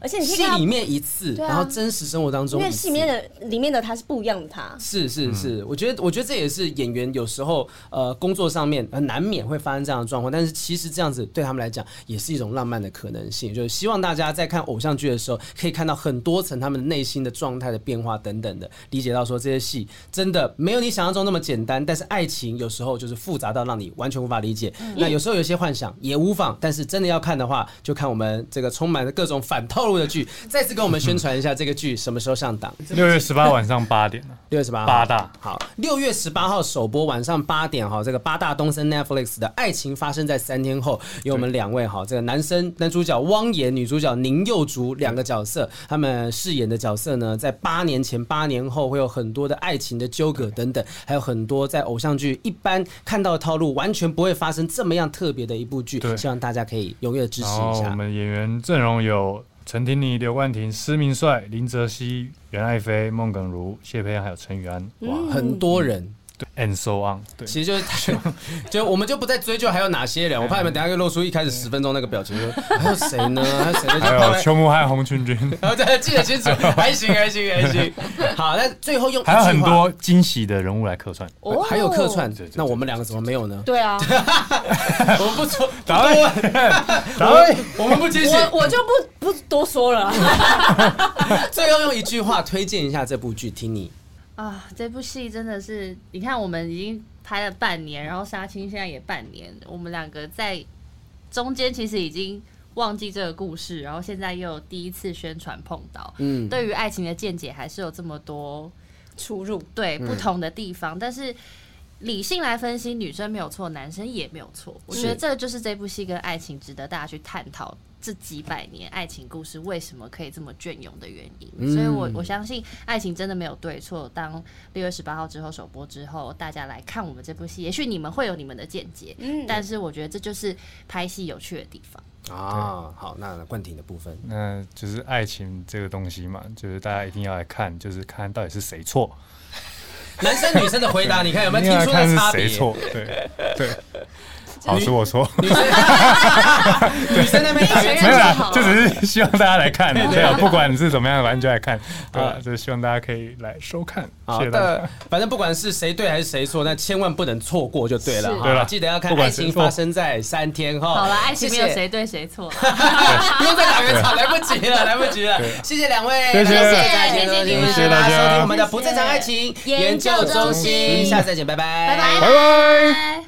Speaker 1: 而哎且你可以
Speaker 2: 戏
Speaker 1: 看到
Speaker 2: 里面一次，
Speaker 1: 对啊
Speaker 2: 然后真实生活当
Speaker 1: 因
Speaker 2: 中一
Speaker 1: 为
Speaker 2: 次
Speaker 1: 戏里面的里面的他是不一样的他，
Speaker 2: 是是是，我觉得我觉得这也是演员有时候呃工作上面呃难免会发生这样的状况，但是其实这样子对他们来讲也是一种浪漫的可能性，就是希望大家在看偶像剧的时候可以看到很多层他们内心的状态的变化等等的，理解到说这些戏真的没有你想象中那么简单，但是爱情有时候就是复杂到让你完全无法理解。那有时候有些幻想也无妨，但是真的要看的话，就看我们这个充满了各种反套路的剧。再次跟我们宣传一下这个剧什么时候上档。
Speaker 3: 六月 十八晚上八点啊，
Speaker 2: 六月十八
Speaker 3: 八大
Speaker 2: 好，六月十八号首播晚上八点哈，这个八大东森 Netflix 的《爱情发生在三天后》，有我们两位哈，这个男生男主角汪言，女主角宁佑竹两个角色，他们饰演的角色呢，在八年前、八年后会有很多的爱情的纠葛等等，还有很多在偶像剧一般看到的套路，完全不会发生这么样特别的一部剧，
Speaker 3: 对
Speaker 2: 希望大家可以踊跃支持
Speaker 3: 然后
Speaker 2: 一
Speaker 3: 我
Speaker 2: 下。
Speaker 3: 们演员阵容有陈婷妮、刘冠廷、施明帅、林哲熙、袁爱飞、孟耿如、谢佩恩还有陈宇安，哇、
Speaker 2: 很多人
Speaker 3: a n d so on，对，
Speaker 2: 其实就是 就我们就不再追究还有哪些人，我怕你们等一下又露出一开始十分钟那个表情， 说还有谁呢？还有谁呢？就
Speaker 3: 还
Speaker 2: 慢
Speaker 3: 有
Speaker 2: 慢
Speaker 3: 邱木还有洪群君，
Speaker 2: 然后再哦记得 清楚，还行还行还行。好，那最后用一句
Speaker 3: 还
Speaker 2: 话
Speaker 3: 有很多惊喜的人物来客串。
Speaker 1: 哦
Speaker 2: 还有客串
Speaker 3: 对对，对
Speaker 2: 那我们两个怎么没有呢？
Speaker 1: 对啊，
Speaker 2: 我们不说，
Speaker 3: 打位，打位，
Speaker 2: 我们不接受。
Speaker 1: 我我就不不多说了 啊，
Speaker 2: 最后用一句话推荐一下这部剧，听你
Speaker 4: 啊，这部戏真的是，你看我们已经拍了半年，然后杀青现在也半年，我们两个在中间其实已经忘记这个故事，然后现在又有第一次宣传碰到，
Speaker 2: 嗯
Speaker 4: 对于爱情的见解还是有这么多
Speaker 1: 出入
Speaker 4: 对不同的地方，但是。理性来分析，女生没有错，男生也没有错。我觉得这就是这部戏跟爱情值得大家去探讨这几百年爱情故事为什么可以这么隽永的原因。所以我我相信爱情真的没有对错。当六月十八号之后首播之后，大家来看我们这部戏，也许你们会有你们的见解，嗯，但是我觉得这就是拍戏有趣的地方。
Speaker 2: 啊。好，那冠廷的部分，
Speaker 3: 那就是爱情这个东西嘛，就是大家一定要来看，就是看到底是谁错，
Speaker 2: 男生女生的回答，你看有没
Speaker 3: 一
Speaker 2: 有
Speaker 3: 定要
Speaker 2: 听出
Speaker 3: 看
Speaker 2: 来
Speaker 3: 是
Speaker 2: 差别
Speaker 3: 谁？错。对对， 好是我错，
Speaker 2: 女生女生那边打圆
Speaker 1: 没有
Speaker 2: 场
Speaker 3: 没有
Speaker 1: 这样就好
Speaker 3: 啦
Speaker 1: 了，
Speaker 3: 就只是希望大家来看，对啊，不管你是怎么样，反正就来看，对啊，就是希望大家可以来收看，谢
Speaker 2: 好
Speaker 3: 谢大家。
Speaker 2: 的，啊反正不管是谁对还是谁错，那千万不能错过就对了。
Speaker 4: 是
Speaker 2: 好
Speaker 3: 对了
Speaker 2: 记得要看《
Speaker 3: 不
Speaker 2: 爱
Speaker 3: 管谁
Speaker 2: 情
Speaker 3: 错
Speaker 2: 发生在三天后》。
Speaker 4: 好了，爱情没有
Speaker 2: 谢谢
Speaker 4: 谁对谁错啦。
Speaker 2: 不用再打圆场，来不及了，来不及了。谢谢两位，
Speaker 3: 谢谢
Speaker 2: 再见
Speaker 4: 谢谢你
Speaker 2: 谢
Speaker 4: 们
Speaker 2: 谢大
Speaker 3: 谢谢
Speaker 2: 家收听我们的不正常爱情
Speaker 1: 研究中心
Speaker 2: 下次再见，拜拜，拜
Speaker 4: 拜
Speaker 3: 拜拜。
Speaker 4: 拜。